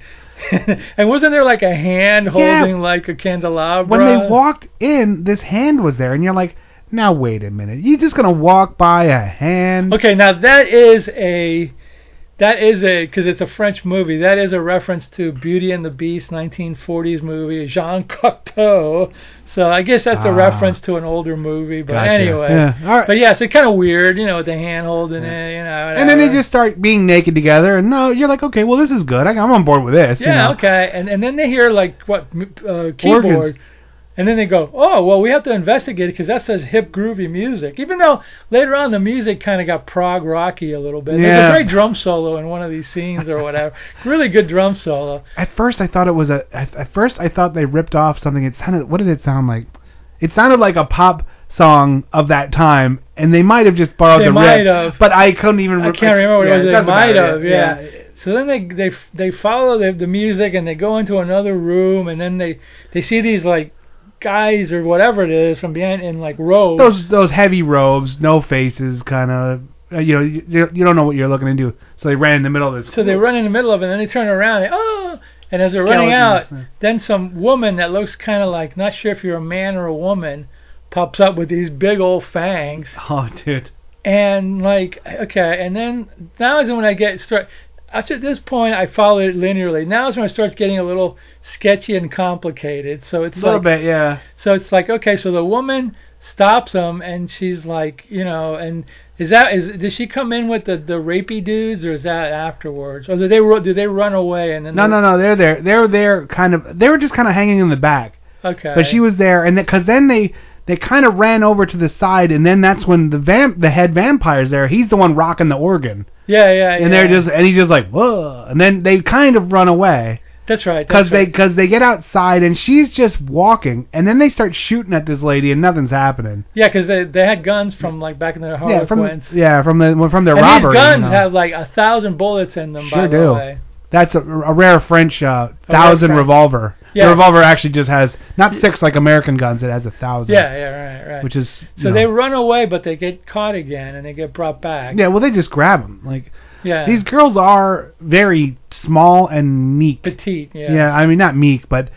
and wasn't there like a hand
Yeah.
holding like a candelabra?
when they walked in, this hand was there, and you're like, now wait a minute, you're just gonna walk by a hand?
Okay, now that is a that is a because it's a French movie. That is a reference to Beauty and the Beast, 1940s movie, Jean Cocteau. So I guess that's a
Ah.
reference to an older movie. But
Gotcha.
anyway,
Yeah, all right.
but yeah, it's kind of weird, you know, with the hand holding it, you know.
And then they
whatever.
just start being naked together, and no, you're like, okay, well this is good, I, I'm on board with this. you
Yeah,
know?
okay. And and then they hear like what m- uh, keyboard,
Organs.
and then they go, oh well, we have to investigate because that's such hip groovy music. Even though later on the music kind of got prog rocky a little bit. There's
Yeah.
a great drum solo in one of these scenes or whatever. really good drum solo.
At first, I thought it was a. At, at first, I thought they ripped off something. It sounded. What did it sound like? It sounded like a pop song of that time, and they might have just borrowed
They
the
might
riff.
have.
But I couldn't even.
I can't remember what
yeah,
it was. They
doesn't
might
matter,
have, yeah. So then they they they follow the, the music and they go into another room and then they they see these like guys or whatever it is from behind in like robes.
Those those heavy robes, no faces, kind of. Uh, you know, you, you don't know what you're looking into. So they ran in the middle of this.
So they run in the middle of it, and then they turn around, and, oh! And as they're running out,
Skeletons, yeah.
then some woman that looks kind of like, not sure if you're a man or a woman, pops up with these big old fangs.
Oh, dude.
And, like, okay, and then now is when I get start. After this point, I followed it linearly. Now is when it starts getting a little sketchy and complicated. So it's
A little
like,
bit, yeah.
so it's like, okay, so the woman stops him, and she's like, you know, and is that is does she come in with the the rapey dudes, or is that afterwards, or do they ru- do they run away and then
No, no, no. They're there. They're there, kind of. They were just kind of hanging in the back.
Okay.
But she was there, and because then they They kind of ran over to the side, and then that's when the vamp, the head vampire's there. He's the one rocking the organ,
Yeah, yeah.
and
yeah.
they're just, and he's just like, whoa. And then they kind of run away
That's right.
because
That's
they
right.
because they get outside, and she's just walking, and then they start shooting at this lady, and nothing's happening.
Yeah, because they they had guns from like back in Oh, the Harlequins.
yeah, from yeah, from the from their
and
robbery.
these guns
you know.
have like a thousand bullets in them.
Sure
by the
do.
way.
That's a, a rare French uh,
A rare
thousand
French.
revolver.
Yeah.
The revolver actually just has not six like American guns. It has a thousand.
Yeah, yeah, right, right.
Which is you
so
know-
they run away, but they get caught again, and they get brought back.
yeah. Well, they just grab them. Like
yeah.
these girls are very small and meek.
petite. Yeah.
yeah. I mean not meek, but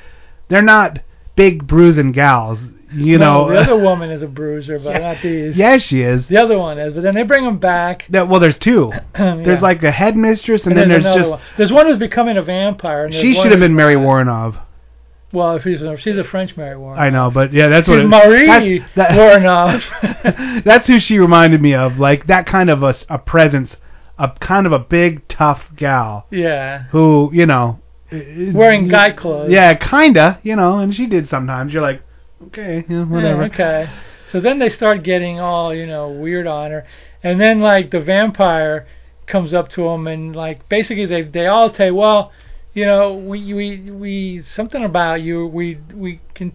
they're not big bruising gals. You
No,
know.
the other woman is a bruiser, but not these.
yeah, she is.
The other one is, but then they bring them back.
That well, there's two.
Yeah.
There's like the headmistress, and, then there's,
another
just
one. there's one who's becoming a vampire. And there's
she
one
should have
who's-
been Mary Warrenov.
Well, if she's a, she's a French Mary Warren.
I know, but yeah, that's what
She's
it,
Marie
that's- that-
Warrenoff.
That's who she reminded me of, like that kind of a, s- a presence, a kind of a big tough gal
yeah.
who, you know, is-
Wearing guy clothes.
Mm-hmm. Yeah, kinda, you know, and she did sometimes. You're like, okay, yeah, whatever.
Yeah, okay. So then they start getting all you know weird on her, and then like the vampire comes up to him and like basically they they all say, well, you know we we we something about you we we can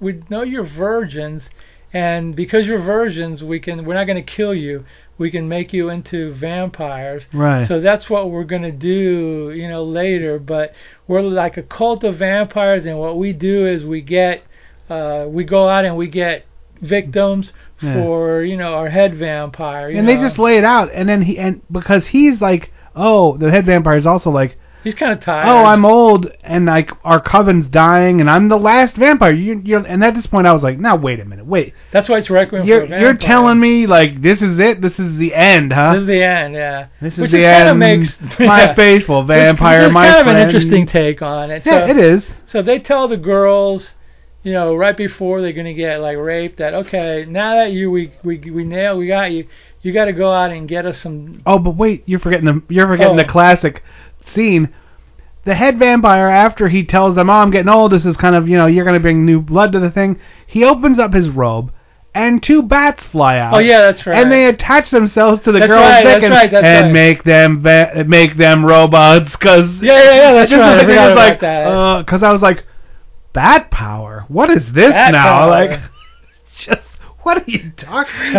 we know you're virgins, and because you're virgins we can we're not going to kill you. We can make you into vampires.
Right.
So that's what we're gonna do, you know, later. But we're like a cult of vampires, and what we do is we get uh, we go out and we get victims
Yeah.
for you know our head vampire. you
and they
know.
just lay it out, and then he and because he's like, oh, the head vampire is also like,
he's kind of tired.
oh, I'm old, and like our coven's dying, and I'm the last vampire. You, you're, and at this point, I was like, now wait a minute, wait,
That's why it's requiem for
you're
a vampire.
you're telling me uh, like this is it, this is the end, huh?
This is the end, yeah.
This is
Which
the
is kinda
end.
Makes,
my
yeah.
faithful
This-
vampire,
this is
my
kind
friend.
of an interesting take on it.
Yeah,
so,
it is.
So they tell the girls, you know, right before they're gonna get like raped, that okay, now that you we we we nail we got you, you got to go out and get us some.
Oh, but wait, you're forgetting the you're forgetting
Oh.
the classic scene. The head vampire, after he tells them, "Oh, I'm getting old. This is kind of you know you're gonna bring new blood to the thing." He opens up his robe, and two bats fly out.
Oh yeah, that's right.
Uh, And they attach themselves to the
That's
girl's
right,
dick
that's
and,
right, that's
and
right.
make them va- make them robots, cause
yeah, yeah, yeah, that's
Just
right. I
like-
forgot
it was
about
like,
that.
uh, cause I was like, bat power. What is this
Bat
now?
power.
Like, just what are you talking?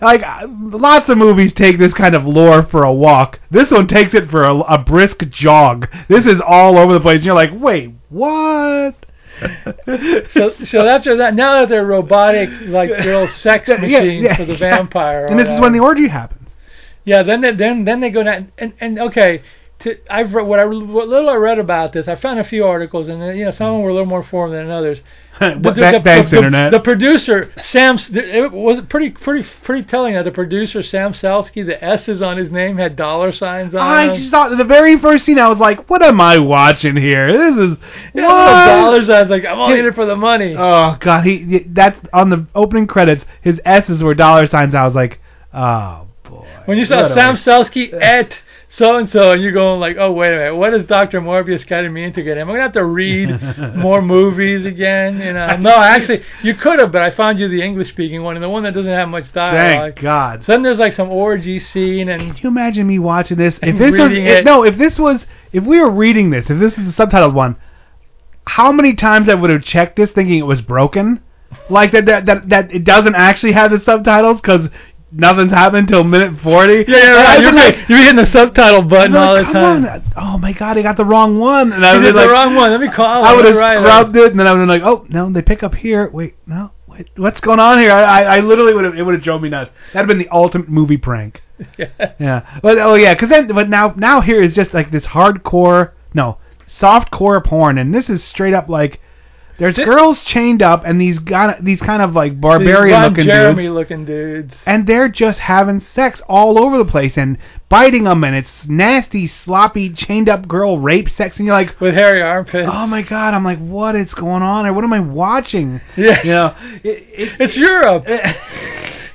like, uh, lots of movies take this kind of lore for a walk. This one takes it for a, a brisk jog. This is all over the place. And you're like, wait, what?
so, so after that, now that they're robotic, like they're all sex
Yeah,
machines
yeah,
for the
yeah.
vampire. or
And this is when the
whatever.
orgy happens.
yeah. Then they, then then they go down and and okay. To, I've read, what I what little I read about this. I found a few articles, and uh, you know some of them were a little more informed than others.
What-
the-
tha-
the-
thanks,
the-
internet.
The producer Sam, S- it was pretty pretty pretty telling that the producer Sam Selsky, the S's on his name had dollar signs on. them.
I just saw the very first scene. I was like, "What am I watching here? This is
Yeah,
what?"
dollar signs. I was like, I'm all
Yeah.
in it for the money.
Oh God, he- he that's on the opening credits. His S's were dollar signs. I was like, oh boy.
When you saw
What a
Sam
waste.
Selsky at so and so, and you're going like, oh wait a minute, what is Doctor Morbius getting me into getting? I'm gonna have to read more movies again, you know? No, actually, you could have, but I found you the English speaking one and the one that doesn't have much dialogue.
thank God.
So then there's like some orgy scene and
Can you imagine me watching this? If
And
this was
reading
if-
it.
no, if this was if we were reading this, if this is the subtitled one, how many times I would have checked this thinking it was broken, like that that that, that it doesn't actually have the subtitles because. Nothing's happened till minute forty.
yeah, yeah, right.
I'd be
You're,
like-
like, you're hitting the subtitle
I'd
button
be
all the
like,
time.
"Come on, Oh my God, I got the wrong one. And I
you
was
did
like,
the wrong one. Let me call.
I would have
right
scrubbed it, and then I would have been like, oh no, they pick up here. Wait, no, wait, what's going on here? I, I, I literally would have. It would have drove me nuts. That'd have been the ultimate movie prank.
Yeah.
Yeah, but oh yeah, because then, but now, now here is just like this hardcore, no, softcore porn, and this is straight up like. There's
Thi-
girls chained up and these gon- these kind of like
These
barbarian
Ron
looking
Jeremy
dudes,
looking dudes.
and they're just having sex all over the place and biting them, and it's nasty, sloppy, chained up girl rape sex, and you're like,
With hairy armpits.
oh my god, I'm like, what is going on? Or what am I watching?
yes.
You know, it, it,
It's Europe.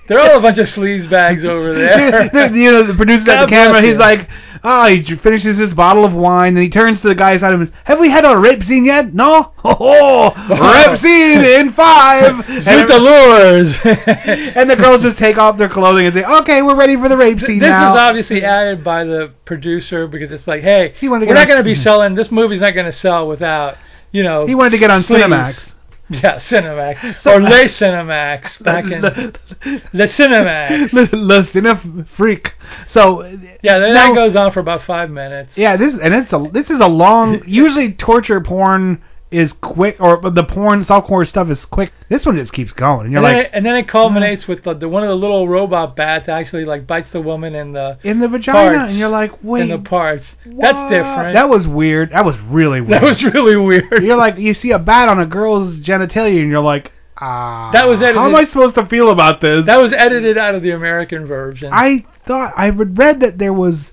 They're all a bunch of sleaze bags over there.
you know, the producer at
God
the camera,
bless
he's
you.
like, oh, he j- finishes his bottle of wine, and he turns to the guy side of him, have we had our rape scene yet? No? Oh, rape scene in five!
Shoot
and,
the lures.
and the girls just take off their clothing and say, okay, we're ready for the rape scene
This
now.
was obviously added by the producer because it's like, hey, we're
get
not
on-
going to be selling. This movie's not going to sell without, you know.
he wanted to get on
sleaze.
Cinemax.
Yeah, Cinemax or Le Cinemax back in Le Cinemax.
Le, Le Cine Freak. So
Yeah, that,
Now-
that goes on for about five minutes.
Yeah, this and it's a this is a long. Usually, torture porn is quick, or the porn softcore stuff is quick. This one just keeps going, and you're
and, then
like
it, and then it culminates with the, the one of the little robot bats actually like bites the woman in the
in the vagina,
parts,
and you're like, wait,
in the parts.
what?
That's different.
That was weird. That was really weird.
That was really weird.
you're like, you see a bat on a girl's genitalia, and you're like, ah.
That was edited.
How am I supposed to feel about this?
That was edited out of the American version.
I thought I would read that there was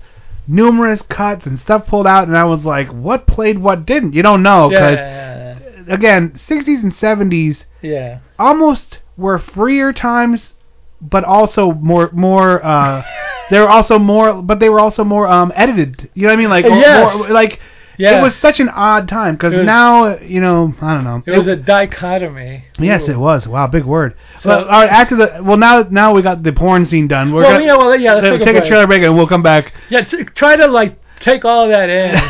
numerous cuts and stuff pulled out, and I was like, what played, what didn't? You don't know,
yeah,
'cause,
yeah,
again, 60s and 70s.
yeah, yeah.
almost were freer times, but also more more. Uh, they were also more, but they were also more um, edited. You know what I mean? Like or-
Yes.
more, like
Yeah.
it was such an odd time because
It was-
now you know I don't know.
It was a dichotomy.
yes, it was. Wow, big word.
So-
well, all right, after the well now now we got the porn scene done. We're
Well,
gonna
yeah, well, yeah, let's
we'll
take a
take a
break.
trailer break and we'll come back.
Yeah, t- try to like take all that in,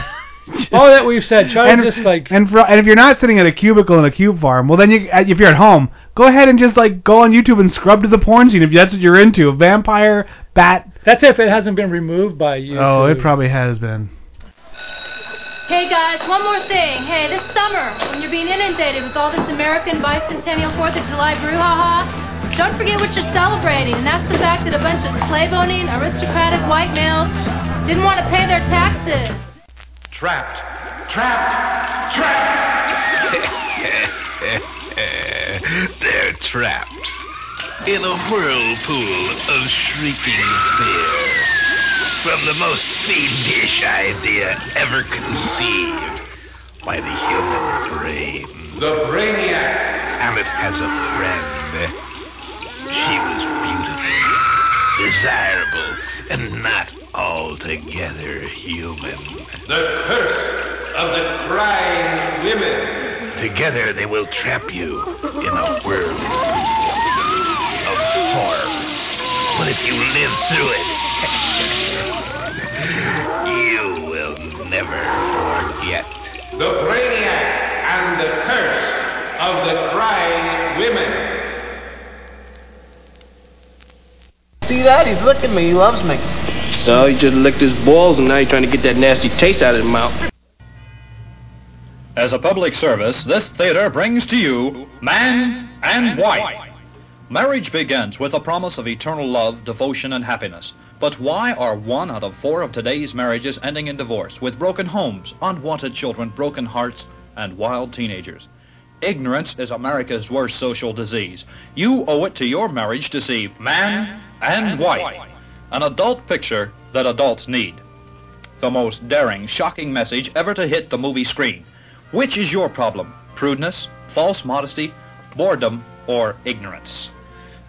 all that we've said. Try
and,
to just like
and for, and if you're not sitting at a cubicle in a cube farm, well then you if you're at home, go ahead and just like go on YouTube and scrub to the porn scene if that's what you're into. Vampire bat.
that's if it hasn't been removed by you.
Oh, it probably has been.
Hey guys, one more thing. Hey, this summer, when you're being inundated with all this American bicentennial 4th of July brouhaha, don't forget what you're celebrating, and that's the fact that a bunch of slave owning, aristocratic white males didn't want to pay their taxes.
Trapped. Trapped. Trapped.
They're trapped in a whirlpool of shrieking fear from the most fiendish idea ever conceived by the human brain. The Brainiac! Amit has a friend. She was beautiful, desirable, and not altogether human.
the curse of the crying women.
Together they will trap you in a whirlpool of horror. But if you live through it, you will never forget.
The Brainiac and the Curse of the Crying Women.
See that? He's looking at me. He loves me.
No, he just licked his balls and now he's trying to get that nasty taste out of his mouth.
As a public service, this theater brings to you Man and Wife. Marriage begins with the promise of eternal love, devotion, and happiness. But why are one out of four of today's marriages ending in divorce, with broken homes, unwanted children, broken hearts, and wild teenagers? Ignorance is America's worst social disease. You owe it to your marriage to see Man and Wife, an adult picture that adults need. The most daring, shocking message ever to hit the movie screen. Which is your problem? Prudeness, false modesty, boredom, or ignorance?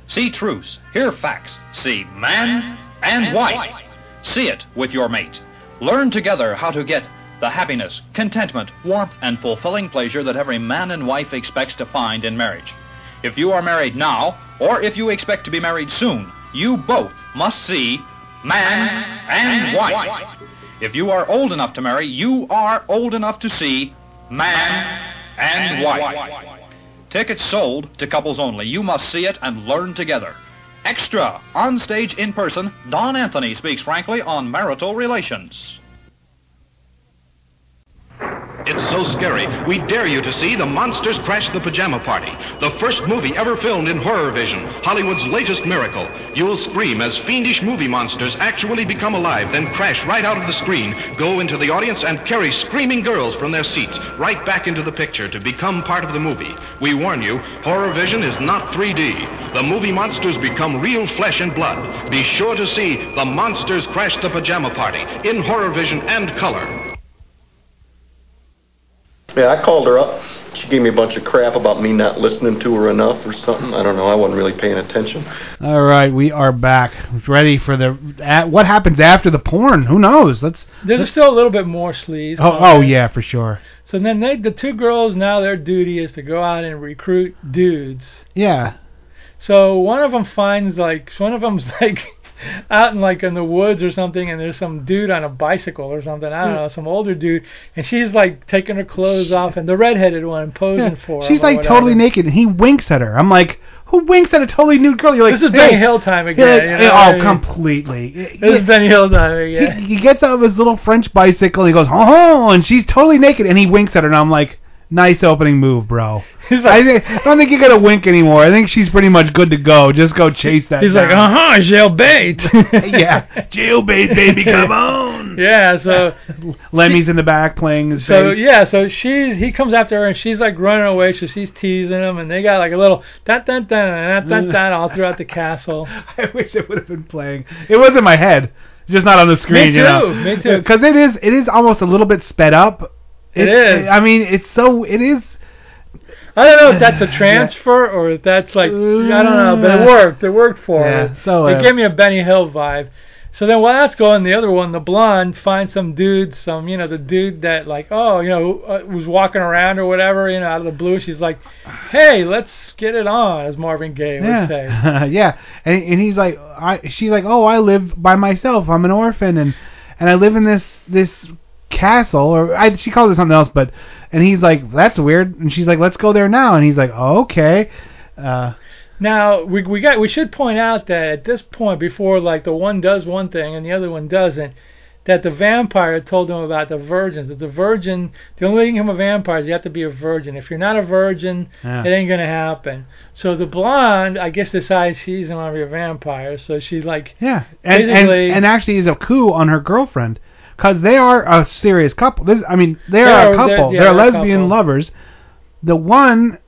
See truths, hear facts, see man and wife. See it with your mate. Learn together how to get the happiness, contentment, warmth, and fulfilling pleasure that every man and wife expects to find in marriage. If you are married now, or if you expect to be married soon, you both must see man and wife. If you are old enough to marry, you are old enough to see man and wife. Tickets sold to couples only. You must see it and learn together. Extra, on stage in person, Don Anthony speaks frankly on marital relations.
It's so scary. We dare you to see The Monsters Crash the Pajama Party, the first movie ever filmed in horror vision, Hollywood's latest miracle. You'll scream as fiendish movie monsters actually become alive, then crash right out of the screen, go into the audience, and carry screaming girls from their seats right back into the picture to become part of the movie. We warn you, horror vision is not 3D. The movie monsters become real flesh and blood. Be sure to see The Monsters Crash the Pajama Party in horror vision and color.
Yeah, I called her up. She gave me a bunch of crap about me not listening to her enough or something. I don't know. I wasn't really paying attention.
All right, we are back, ready for the at, what happens after the porn. Who knows? Let's.
There's still a little bit more sleaze.
Oh, oh yeah, for sure.
So then they, the two girls, now their duty is to go out and recruit dudes.
Yeah.
So one of them finds like one of them's like out in like in the woods or something, and there's some dude on a bicycle or something. I
Hmm.
don't know, some older dude, and she's like taking her clothes off, and the redheaded one posing
Yeah,
for her.
She's like totally naked, and he winks at her. I'm like, who winks at a totally nude girl? You're like,
This is
hey.
Benny Hill time
You're
again.
like,
you know
hey,
what I
oh,
mean?
completely.
This is Benny Hill time
He,
again.
he gets out of his little French bicycle and he goes, oh, and she's totally naked, and he winks at her, and I'm like, nice opening move, bro. I, think, I don't think you got to wink anymore. I think she's pretty much good to go. Just go chase that.
He's like, uh
down.
huh, jailbait.
yeah, jailbait, baby, come on.
Yeah, so
Lemmy's in the back playing his
so
bass.
yeah, so she's he comes after her and she's like running away, so she's teasing him, and they got like a little dun dun dun dun dun dun all throughout the castle.
I wish it would have been playing. It was in my head, just not on the screen.
Me
you know,
too, me too.
Because it is, it is almost a little bit sped up.
It
It's-
is.
I mean, it's so. It is.
I don't know if that's a transfer or if that's like I don't know, but it worked. It worked for
Yeah,
her.
so
it
uh,
gave me a Benny Hill vibe. So then while that's going, the other one, the blonde, finds some dude, some you know the dude that like oh you know uh, was walking around or whatever you know out of the blue. She's like, hey, let's get it on, as Marvin Gaye would say.
yeah, yeah. And and he's like, I. She's like, oh, I live by myself. I'm an orphan, and and I live in this this castle, or I, she calls it something else, but. And he's like, that's weird. And she's like, let's go there now. And he's like, oh, okay. Uh,
Now we we got we should point out that at this point before like the one does one thing and the other one doesn't, that the vampire told him about the virgins. That the virgin the only thing from a vampire is you have to be a virgin. If you're not a virgin,
Yeah.
it ain't gonna happen. So the blonde I guess decides she doesn't want to be a vampire, so she like
Yeah, and and,
Basically-
and actually is a coup on her girlfriend because they are a serious couple. This, I mean, they are
They're-
a couple.
they're- yeah,
They're,
they're a
lesbian
couple.
lovers. The one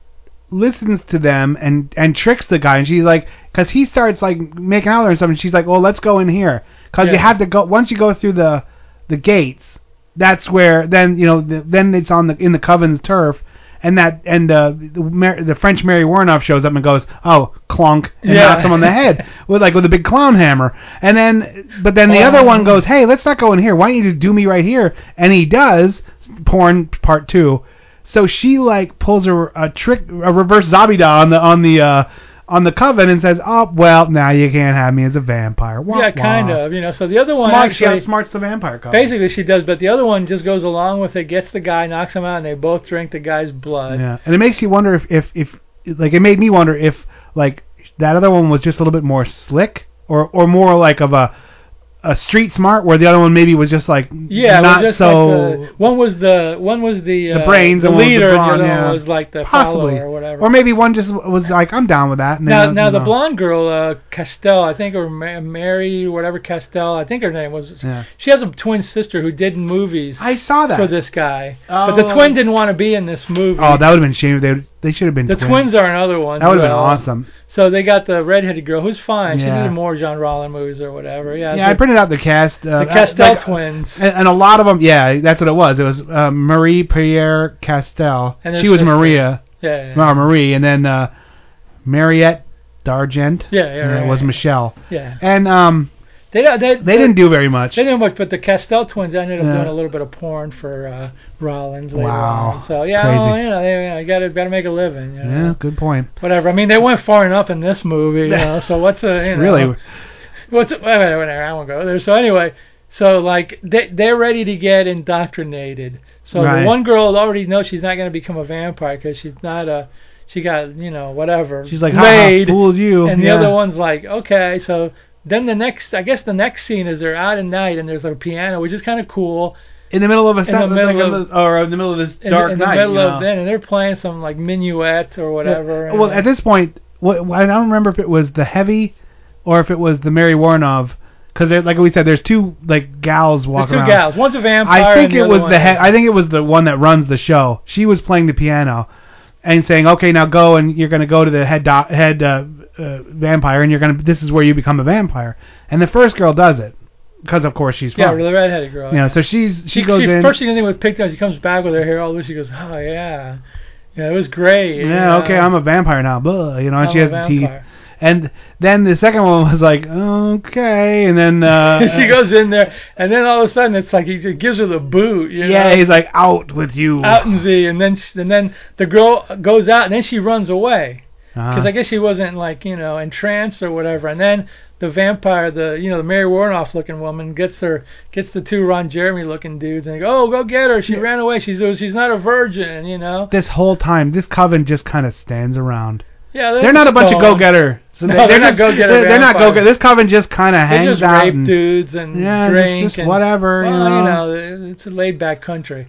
listens to them and and tricks the guy, and she's like, because he starts like making out with her and stuff, and she's like, well, let's go in here because you
Yeah.
have to go once you go through the the gates. That's where then you know the, then it's on the in the coven's turf. And that and uh, the, Mar- the French Mary Warnoff shows up and goes, oh clunk, and
Yeah.
knocks him on the head with like with a big clown hammer. And then, but then the
Oh,
other one goes, "Hey, let's not go in here. Why don't you just do me right here?" And he does. Porn part two. So she like pulls a, a trick, a reverse Zabida on the on the uh, on the coven and says, "Oh well, now you can't have me as a vampire." Wah,
yeah, kind
wah.
of, you know. So the other one
Smart, she
actually
outsmarts the vampire couple.
basically she does, but the other one just goes along with it, gets the guy, knocks him out, and they both drink the guy's blood.
Yeah, and it makes you wonder if, if if like it made me wonder if like that other one was just a little bit more slick or or more like of a a street smart where the other one maybe was just like
Yeah, it was
not
just
so
like the, one was the one was the
The
uh,
brains
the
and one was the
leader,
brawn,
and the other
yeah.
one was like the
possibly
follower or whatever.
or maybe one just was like I'm down with that. And
now,
then,
now
you
the
know.
blonde girl, uh, Castell, I think, or Ma- Mary, whatever Castell, I think her name was.
Yeah.
She has a twin sister who did movies.
I saw that.
for this guy, but the
Oh.
twin didn't want to be in this movie.
Oh, that would have been shame. They they should have been
the
twins.
twins are another one.
That would have
as
been
well.
awesome.
So they got the redheaded girl, who's fine. She
Yeah.
did more John Rollin movies or whatever. Yeah,
Yeah, I
but
printed out the cast. Uh,
the Castell
like,
twins.
And, and a lot of them, yeah, that's what it was. It was uh, Marie Pierre Castell.
And their
She was
sister.
Maria.
Yeah, yeah,
Well, Marie, and then uh, Mariette Dargent.
Yeah, yeah,
And
right.
It was Michelle.
Yeah.
And um,
They, don't- they,
they didn't do very much.
They didn't much, but the Castell twins ended up
Yeah.
doing a little bit of porn for uh, Rollins later
Wow.
on. So yeah,
Crazy.
well, you know, they, you know, you gotta gotta make a living. You know?
Yeah, good point.
Whatever. I mean, they went far enough in this movie, you know. So what's a you know,
Really,
What's wait, wait, wait, I won't go there. So anyway, so like they they're ready to get indoctrinated. So
Right.
the one girl already knows she's not gonna become a vampire because she's not a she got you know whatever.
she's like,
laid.
ha, fooled you.
And the
Yeah.
other one's like, okay, so then the next, I guess the next scene is they're out at night and there's a piano, which is kind of cool.
in the middle of a
in the
sun- like,
middle
on
of-
the- or in the middle of this
In,
dark
in
night.
the middle
you
of
know.
then, and they're playing some like minuet or whatever.
Well,
and-
at this point, what, I don't remember if it was the heavy or if it was the Mary Warnoff. Because, like we said, there's two like gals
there's
walking
two
around.
gals. One's a vampire.
I think
and the
it
other
was
one
the
is-
he- I think it was the one that runs the show. She was playing the piano and saying, "Okay, now go and you're going to go to the head do- head uh, uh, vampire and you're going to this is where you become a vampire." And the first girl does it. because of course she's
Yeah,
from.
the redheaded girl.
Yeah, so she's she, goes
she,
in.
First thing with pigtails, she comes back with her hair all loose. She goes, oh yeah, yeah, it was great. you
yeah,
know.
okay, I'm a vampire now, blah, you know, and
I'm
she
a
has the teeth.
vampire.
And then the second one was like, okay, and then uh,
she goes in there, and then all of a sudden it's like he just gives her the boot. You
yeah,
know?
he's like out with you.
out in the, E, and then sh and then the girl goes out, and then she runs away
Uh-huh. Ah.
because I guess she wasn't like you know entranced or whatever. And then the vampire, the you know the Mary Warnoff looking woman gets her gets the two Ron Jeremy looking dudes, and they go, oh go get her. She ran away. She's she's not a virgin, you know.
this whole time, this coven just kind of stands around.
Yeah,
They're not a bunch of
stoned.
go-getter. So
No,
they- they're
not
just-
go-getter
They're, they're not
vampires.
go-getter. This coven just kind of
They
hangs
just
out.
rape
and-
dudes and
yeah, just-
drink
just
and-
whatever.
Well,
you know.
know, it's a laid back country.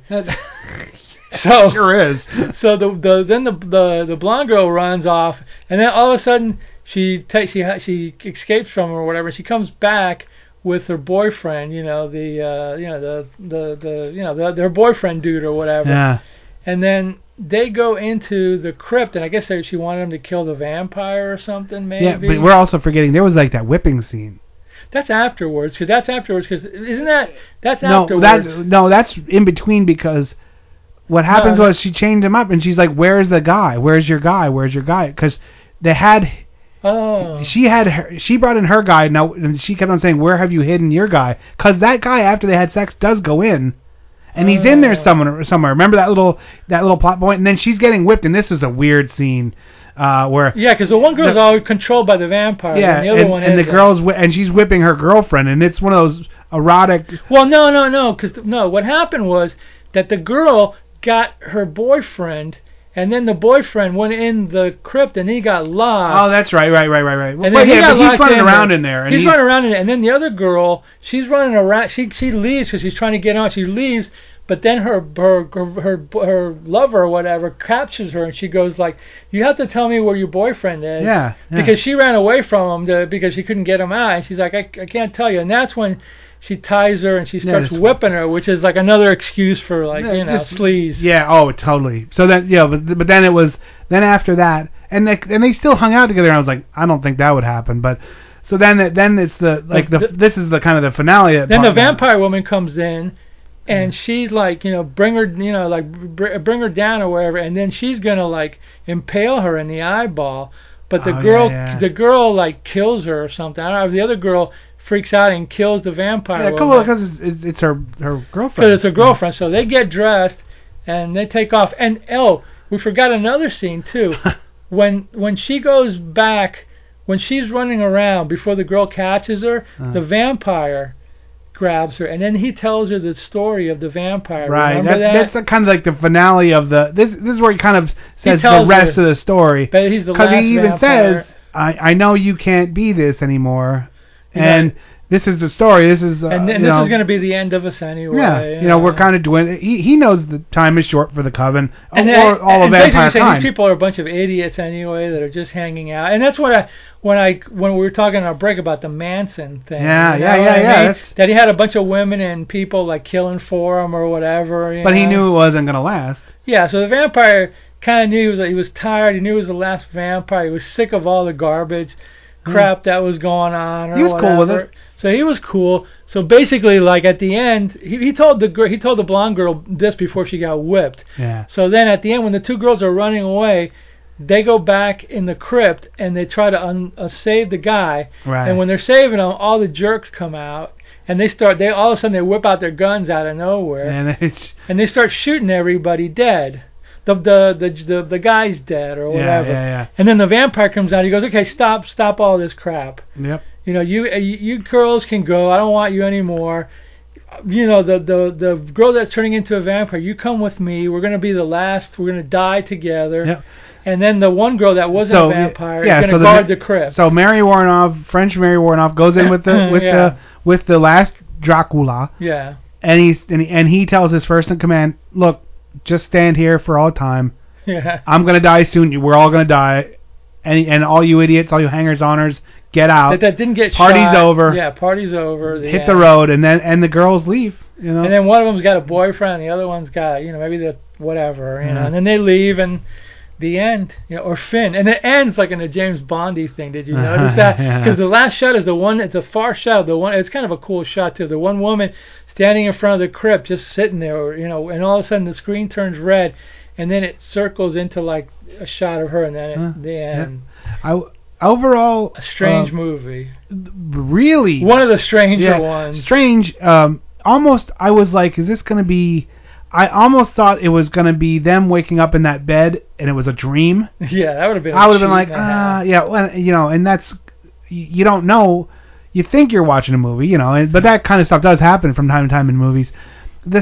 so
sure is.
So the the then the the the blonde girl runs off, and then all of a sudden she takes she ha- she escapes from her or whatever. She comes back with her boyfriend, you know the uh, you know the the the you know the, their boyfriend dude or whatever.
Yeah.
And then they go into the crypt, and I guess they, she wanted him to kill the vampire or something maybe.
Yeah, but we're also forgetting there was like that whipping scene.
That's afterwards, because that's afterwards, because isn't that that's
no, that,
afterwards?
no, that's in between because what happens
No.
was she chained him up and she's like, "Where's the guy? Where's your guy? Where's your guy?" Because they had
oh,
she had her, she brought in her guy now, and she kept on saying, "Where have you hidden your guy?" Because that guy after they had sex does go in. And he's
Oh.
in there somewhere. Somewhere. Remember that little that little plot point. And then she's getting whipped. And this is a weird scene uh, where
yeah, because the one girl's
The-
all controlled by the vampire,
yeah,
and the other
and,
one uh,
and the
isn't.
girls whi- and she's whipping her girlfriend. And it's one of those erotic.
Well, no, no, no, because no, what happened was that the girl got her boyfriend, and then the boyfriend went in the crypt, and he got
Oh,
locked.
that's right, right, right, right, right.
Uh,
But
and then he
Oh, yeah,
got
but he's
locked
running
in
around in there. And
he's running around in there, and then the other girl, she's running around. She she leaves because she's trying to get on. She leaves, but then her her her her lover or whatever captures her, and she goes like, "You have to tell me where your boyfriend is."
Yeah, yeah.
Because she ran away from him to, because she couldn't get him out, and she's like, I, "I can't tell you," and that's when. She ties her and she starts
that's-
whipping her, which is like another excuse for like you know
just-
sleaze.
Yeah. Oh, totally. So then, yeah, but th- but then it was then after that, and they, and they still hung out together. And I was like, I don't think that would happen. But so then it- then it's the like the this is the kind of the finale.
Then the
part now.
vampire woman comes
Mm.
in, and she's like, you know, bring her, you know, like br- bring her down or whatever, and then she's gonna like impale her in the eyeball. But the
Oh,
girl,
yeah, yeah.
the girl like kills her or something. I don't know. The other girl freaks out and kills the vampire.
Yeah,
woman.
cool, because it's, it's it's her her girlfriend.
Because it's her girlfriend. So they get dressed and they take off. And oh, we forgot another scene too. when when she goes back, when she's running around before the girl catches her,
Uh.
the vampire grabs her, and then he tells her the story of the vampire.
Right,
Remember that?
that's the, kind of like the finale of the. This this is where he kind of says the
tells
rest
her-
of the story.
but he's the
Because
last
he even
vampire.
says, I, "I know you can't be this anymore,"
Yeah.
and this is the story. This is the
and then
uh, you
this
know,
is going to be the end of us anyway.
Yeah, you know, we're kind of doing. He he knows the time is short for the coven,
and
Oh, or
then-
all
and
of
basically
vampire
saying
time.
These people are a bunch of idiots anyway that are just hanging out, and that's what I when I when we were talking on our break about the Manson thing.
Yeah,
you know
yeah,
what
yeah,
I
yeah,
mean?
that's-
That he had a bunch of women and people like killing for him or whatever. you
but he
know?
knew it wasn't gonna last.
Yeah, so the vampire kind of knew he was he was tired. He knew he was the last vampire. He was sick of all the garbage, crap that was going on. Or
Hmm. He was cool with
whatever.
it.
So he was cool. So basically, like at the end, he, he told the girl, he told the blonde girl this before she got whipped.
Yeah.
So then at the end, when the two girls are running away, they go back in the crypt and they try to un- uh, save the guy.
Right.
And when they're saving him, all the jerks come out and they start. They all of a sudden they whip out their guns out of nowhere
And it's,
and they start shooting everybody dead. The the the the, the guy's dead or
yeah,
whatever.
yeah, yeah.
And then the vampire comes out. He goes, okay, stop, stop all this crap.
Yep.
You know, you uh, you you girls can go. I don't want you anymore. You know, the the the girl that's turning into a vampire. You come with me. We're gonna be the last. We're gonna die together.
Yep.
And then the one girl that wasn't
So,
a vampire
yeah,
is gonna
so the
guard
ma-
the, crypt.
So Mary Warnoff, French Mary Warnoff, goes in with the with
Yeah.
the with the last Dracula,
yeah.
and he's and he, and he tells his first in command, "Look, just stand here for all time.
Yeah.
I'm gonna die soon. You- We're all gonna die, and and all you idiots, all you hangers oners, get out.
That, that didn't get
Party's
shot.
over.
Yeah, party's over.
hit
yeah.
the road, and then and the girls leave. You know,
And then one of them's got a boyfriend, the other one's got you know maybe the whatever, you know.
Yeah.
And then they leave, and the end, you know, or Finn, and it ends like in a James Bondy thing. Did you notice that? Because the last shot is the one. It's a far shot. The one. It's kind of a cool shot too. The one woman standing in front of the crypt, just sitting there, or, you know, and all of a sudden the screen turns red, and then it circles into like a shot of her, and then it, the end.
I overall
a strange
um,
movie.
Really,
One of the stranger
yeah,
ones.
Strange. Um, almost. I was like, is this gonna be? I almost thought it was gonna be them waking up in that bed and it was a dream.
Yeah, that would have been.
I would have been like,
cheap and a half.
ah, yeah, well, you know, and that's you you don't know. You think you're watching a movie, you know, and, but that kind of stuff does happen from time to time in movies. The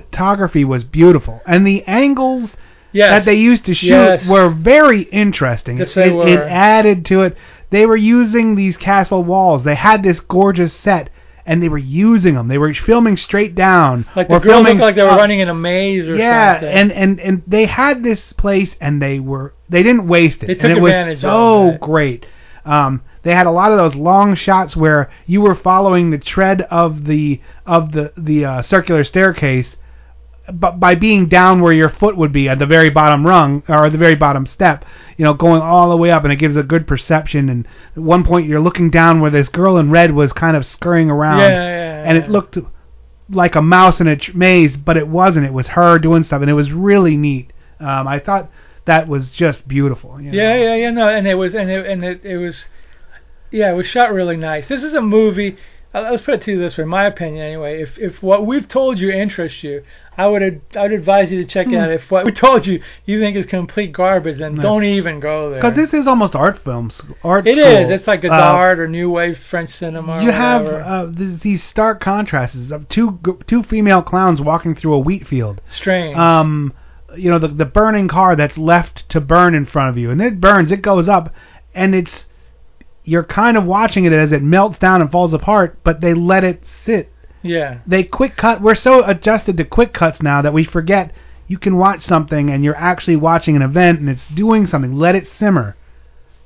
cinematography was beautiful, and the angles
Yes.
that they used to shoot
Yes.
were very interesting.
Yes,
it,
they
it
were.
added to it. They were using these castle walls. They had this gorgeous set, and they were using them. They were filming straight down.
Like
or
the girl
filming
looked like they were
up
running in a maze or
yeah,
something.
and and and they had this place, and they were they didn't waste it.
They took
and it was
advantage
so great. Um, they had a lot of those long shots where you were following the tread of the of the the uh, circular staircase, but by being down where your foot would be at the very bottom rung or the very bottom step, you know, going all the way up, and it gives a good perception. And at one point, you're looking down where this girl in red was kind of scurrying around,
Yeah, yeah,
um, and it looked like a mouse in a tr- maze, but it wasn't. It was her doing stuff, and it was really neat. Um, I thought that was just beautiful. you know.
Yeah, yeah, yeah. No, and it was, and it, and it, it was, yeah, it was shot really nice. This is a movie. uh, Let's put it to you this way, my opinion anyway. If if what we've told you interests you, I would ad- I would advise you to check
Hmm.
out. If what we told you you think is complete garbage, then
Yeah.
don't even go there.
Because this is almost art films. Art
it
school.
is. It's like a
Uh,
art or new wave French cinema. or
you have
whatever.
uh, th- these stark contrasts of two g- two female clowns walking through a wheat field.
strange.
Um, you know the the burning car that's left to burn in front of you, and it burns, it goes up, and it's you're kind of watching it as it melts down and falls apart, but they let it sit
yeah.
they quick cut. We're so adjusted to quick cuts now that we forget you can watch something and you're actually watching an event and it's doing something. Let it simmer.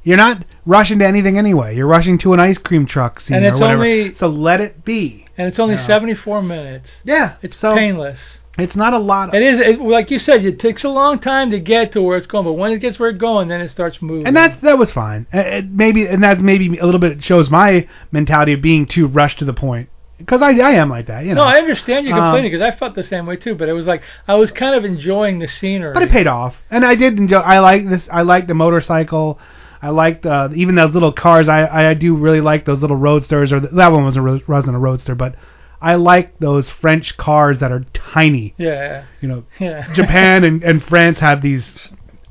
You're not rushing to anything anyway. You're rushing to an ice cream truck scene
And it's
or whatever.
only-
so let it be.
And it's only
Yeah.
74 minutes.
Yeah,
It's
so-
painless.
It's not a lot.
It is it, like you said. It takes a long time to get to where it's going, but when it gets where it's going, then it starts moving.
and that that was fine. Uh, It, maybe and that maybe a little bit shows my mentality of being too rushed to the point because I I am like that. You know.
No, I understand you
Um,
complaining because I felt the same way too. But it was like I was kind of enjoying the scenery.
But it paid off, and I did enjoy. I like this. I like the motorcycle. I liked uh, even those little cars. I I do really like those little roadsters. Or the, that one was a ro- wasn't a roadster, but I like those French cars that are tiny.
Yeah.
You know,
Yeah.
Japan and and France have these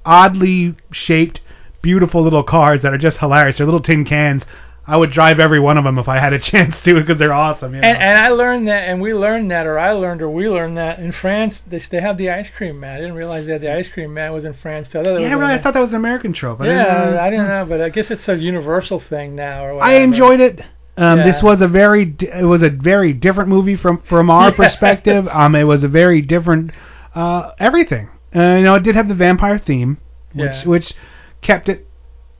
oddly shaped, beautiful little cars that are just hilarious. They're little tin cans. I would drive every one of them if I had a chance to, because they're awesome. You know?
And and I learned that, and we learned that, or I learned, or we learned that in France they they have the ice cream man. I didn't realize that the ice cream man was in France. So I thought that
yeah,
was
really,
in-
I thought that was an American trope. I didn't
yeah,
know-
I didn't know, but I guess it's a universal thing now. Or
I
whatever.
enjoyed it. Um,
Yeah.
This was a very di- it was a very different movie from from our
Yes.
perspective. Um, it was a very different uh, everything. Uh, you know, it did have the vampire theme, which
Yeah.
which kept it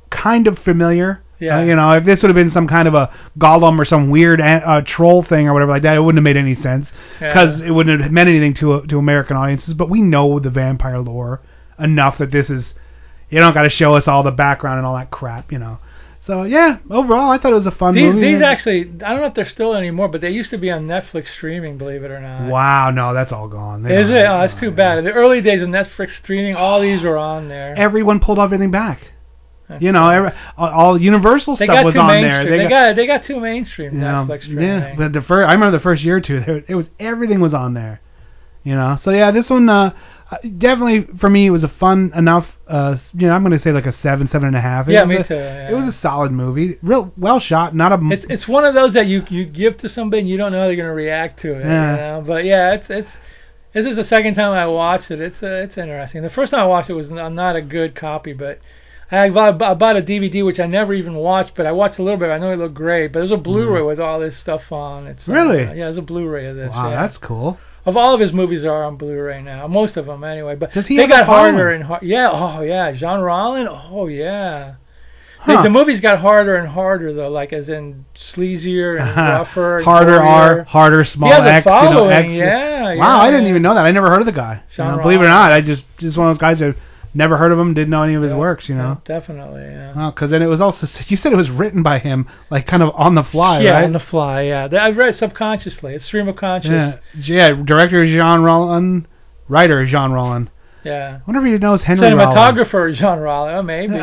kind of familiar.
Yeah.
Uh, you know, if this would have been some kind of a golem or some weird an- uh, troll thing or whatever like that, it wouldn't have made any sense because
Yeah.
it wouldn't have meant anything to to American audiences. But we know the vampire lore enough that this is you don't got to show us all the background and all that crap, you know. So yeah, overall, I thought it was a fun
These
movie.
these actually, I don't know if they're still anymore, but they used to be on Netflix streaming, believe it or not.
Wow, no, that's all gone. They
Is
don't-
it? Oh, that's too bad. In the early days of Netflix streaming, all these were on there.
Everyone pulled everything back. you know, every, all, all Universal
They
stuff
got
was
too
on there.
mainstream.
They, got,
they got too mainstream
you know,
Netflix streaming.
yeah. But the first, I remember the first year or two, there, it was everything was on there. You know, so yeah, this one uh, definitely for me it was a fun enough. Uh, you know, I'm gonna say like a seven, seven and a half. It
Yeah,
was
me
a-
too, yeah.
It was a solid movie, real well shot. Not a m-
It's it's one of those that you you give to somebody and you don't know how they're gonna react to it.
Yeah.
You know? But yeah, it's it's this is the second time I watched it. It's uh, it's interesting. The first time I watched it was not, not a good copy, but I bought, I bought a DVD which I never even watched, but I watched a little bit. I know it looked great, but there's a Blu-ray with all this stuff on. It's uh,
Mm. Really?
yeah, there's a Blu-ray of this.
wow,
yeah.
that's cool.
of all of his movies are on Blu-ray now. Most of them, anyway. But
Does he
they
have a
got
following?
harder and hard. Yeah. Oh yeah. Jean Rollin. Oh yeah.
Huh.
The, the movies got harder and harder though, like as in sleazier and rougher. and
Uh-huh. harder R,
gorier.
harder, small
Yeah, the
X, you know,
following,
X.
yeah,
wow, I
yeah,
didn't
yeah.
even know that. I never heard of the guy. You
Sean
know, believe it or
Ross.
not, I just just one of those guys that Never heard of him. Didn't know any of his works. You know.
Definitely, yeah.
Oh, because then it was also you said it was written by him, like kind of on the fly,
yeah,
right?
on the fly. Yeah, Th- I read it subconsciously. It's stream of conscious.
yeah, yeah. Director Jean Rollin, writer Jean Rollin.
Yeah.
I wonder if he knows Henry Rollin.
Cinematographer John Rollin. Oh, maybe.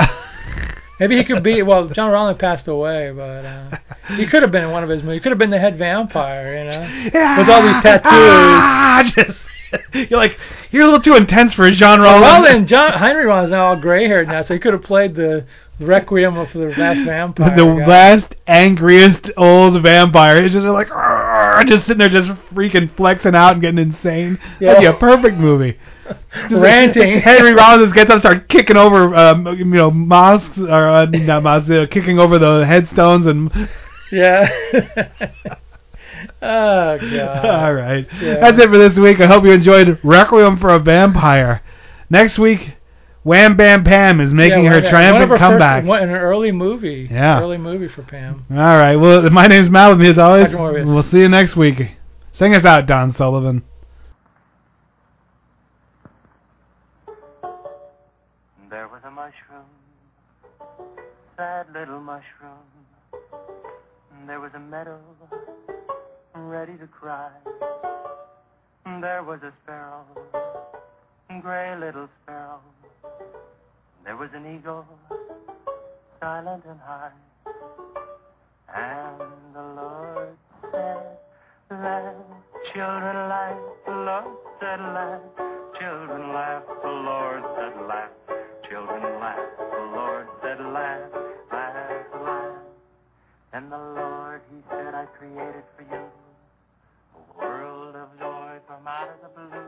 maybe he could be. Well, John Rollin passed away, but uh, he could have been in one of his movies. He could have been the head vampire, you know, with all these tattoos.
Ah, just, you're like you're a little too intense for Jean Rollin.
Well, then John Henry Rollin's now all gray-haired now, so he could have played the Requiem of the Last Vampire.
the
guy.
last angriest old vampire is just like "Arr," just sitting there just freaking flexing out and getting insane that'd be
Yeah.
a perfect movie Just like
Ranting.
henry rollins just gets up and starts kicking over um, you know mosques or uh, not mosques uh, kicking over the headstones and
Yeah. oh god.
all right
Yeah.
that's it for this week i hope you enjoyed requiem for a vampire next week wham bam pam is making
Yeah,
her
one of- one of
triumphant
her first-
comeback
one- an early movie.
Yeah.
Early movie for Pam.
All right. Well, my name's Matt with me as always.
Dr. Morbius.
We'll see you next week. Sing us out, Don Sullivan.
There was a mushroom, sad little mushroom. There was a meadow, ready to cry. There was a sparrow, gray little sparrow. There was an eagle, silent and high. And the Lord said, Let children laugh. The Lord said, Let children laugh. The Lord said, Laugh. Children laugh. The Lord said, Laugh, laugh, laugh. And the Lord, He said, I created for you a world of joy from out of the blue.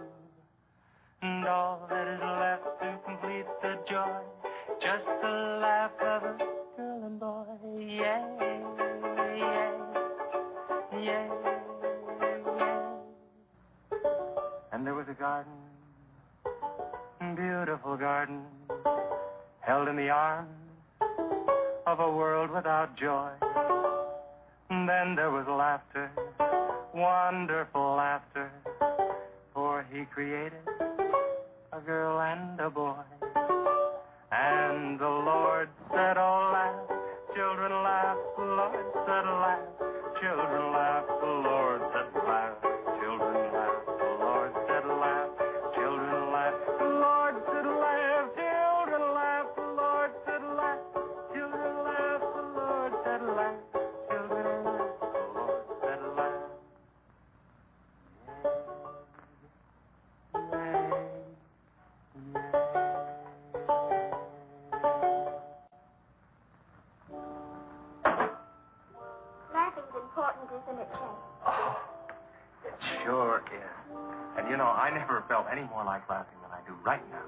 And all that is left to complete the joy, just the laugh of a girl and boy. Yeah, yeah, yeah, yeah. And there was a garden, beautiful garden, held in the arms of a world without joy. And then there was laughter, wonderful laughter, for he created a girl and a boy. And the Lord said, Oh, laugh, children, laugh. The Lord said, laugh, children, laugh. The Lord said, laugh, children, laugh. The Lord said, laugh, children, laugh. The Lord said, laugh, children, laugh. The Lord said, laugh, children, laugh. The Lord said, laugh, children, laugh. The Lord said, laugh.
Laughing's important, isn't it, Jack?
Oh, Sure is. And you know, I never felt any more like laughing than I do right now.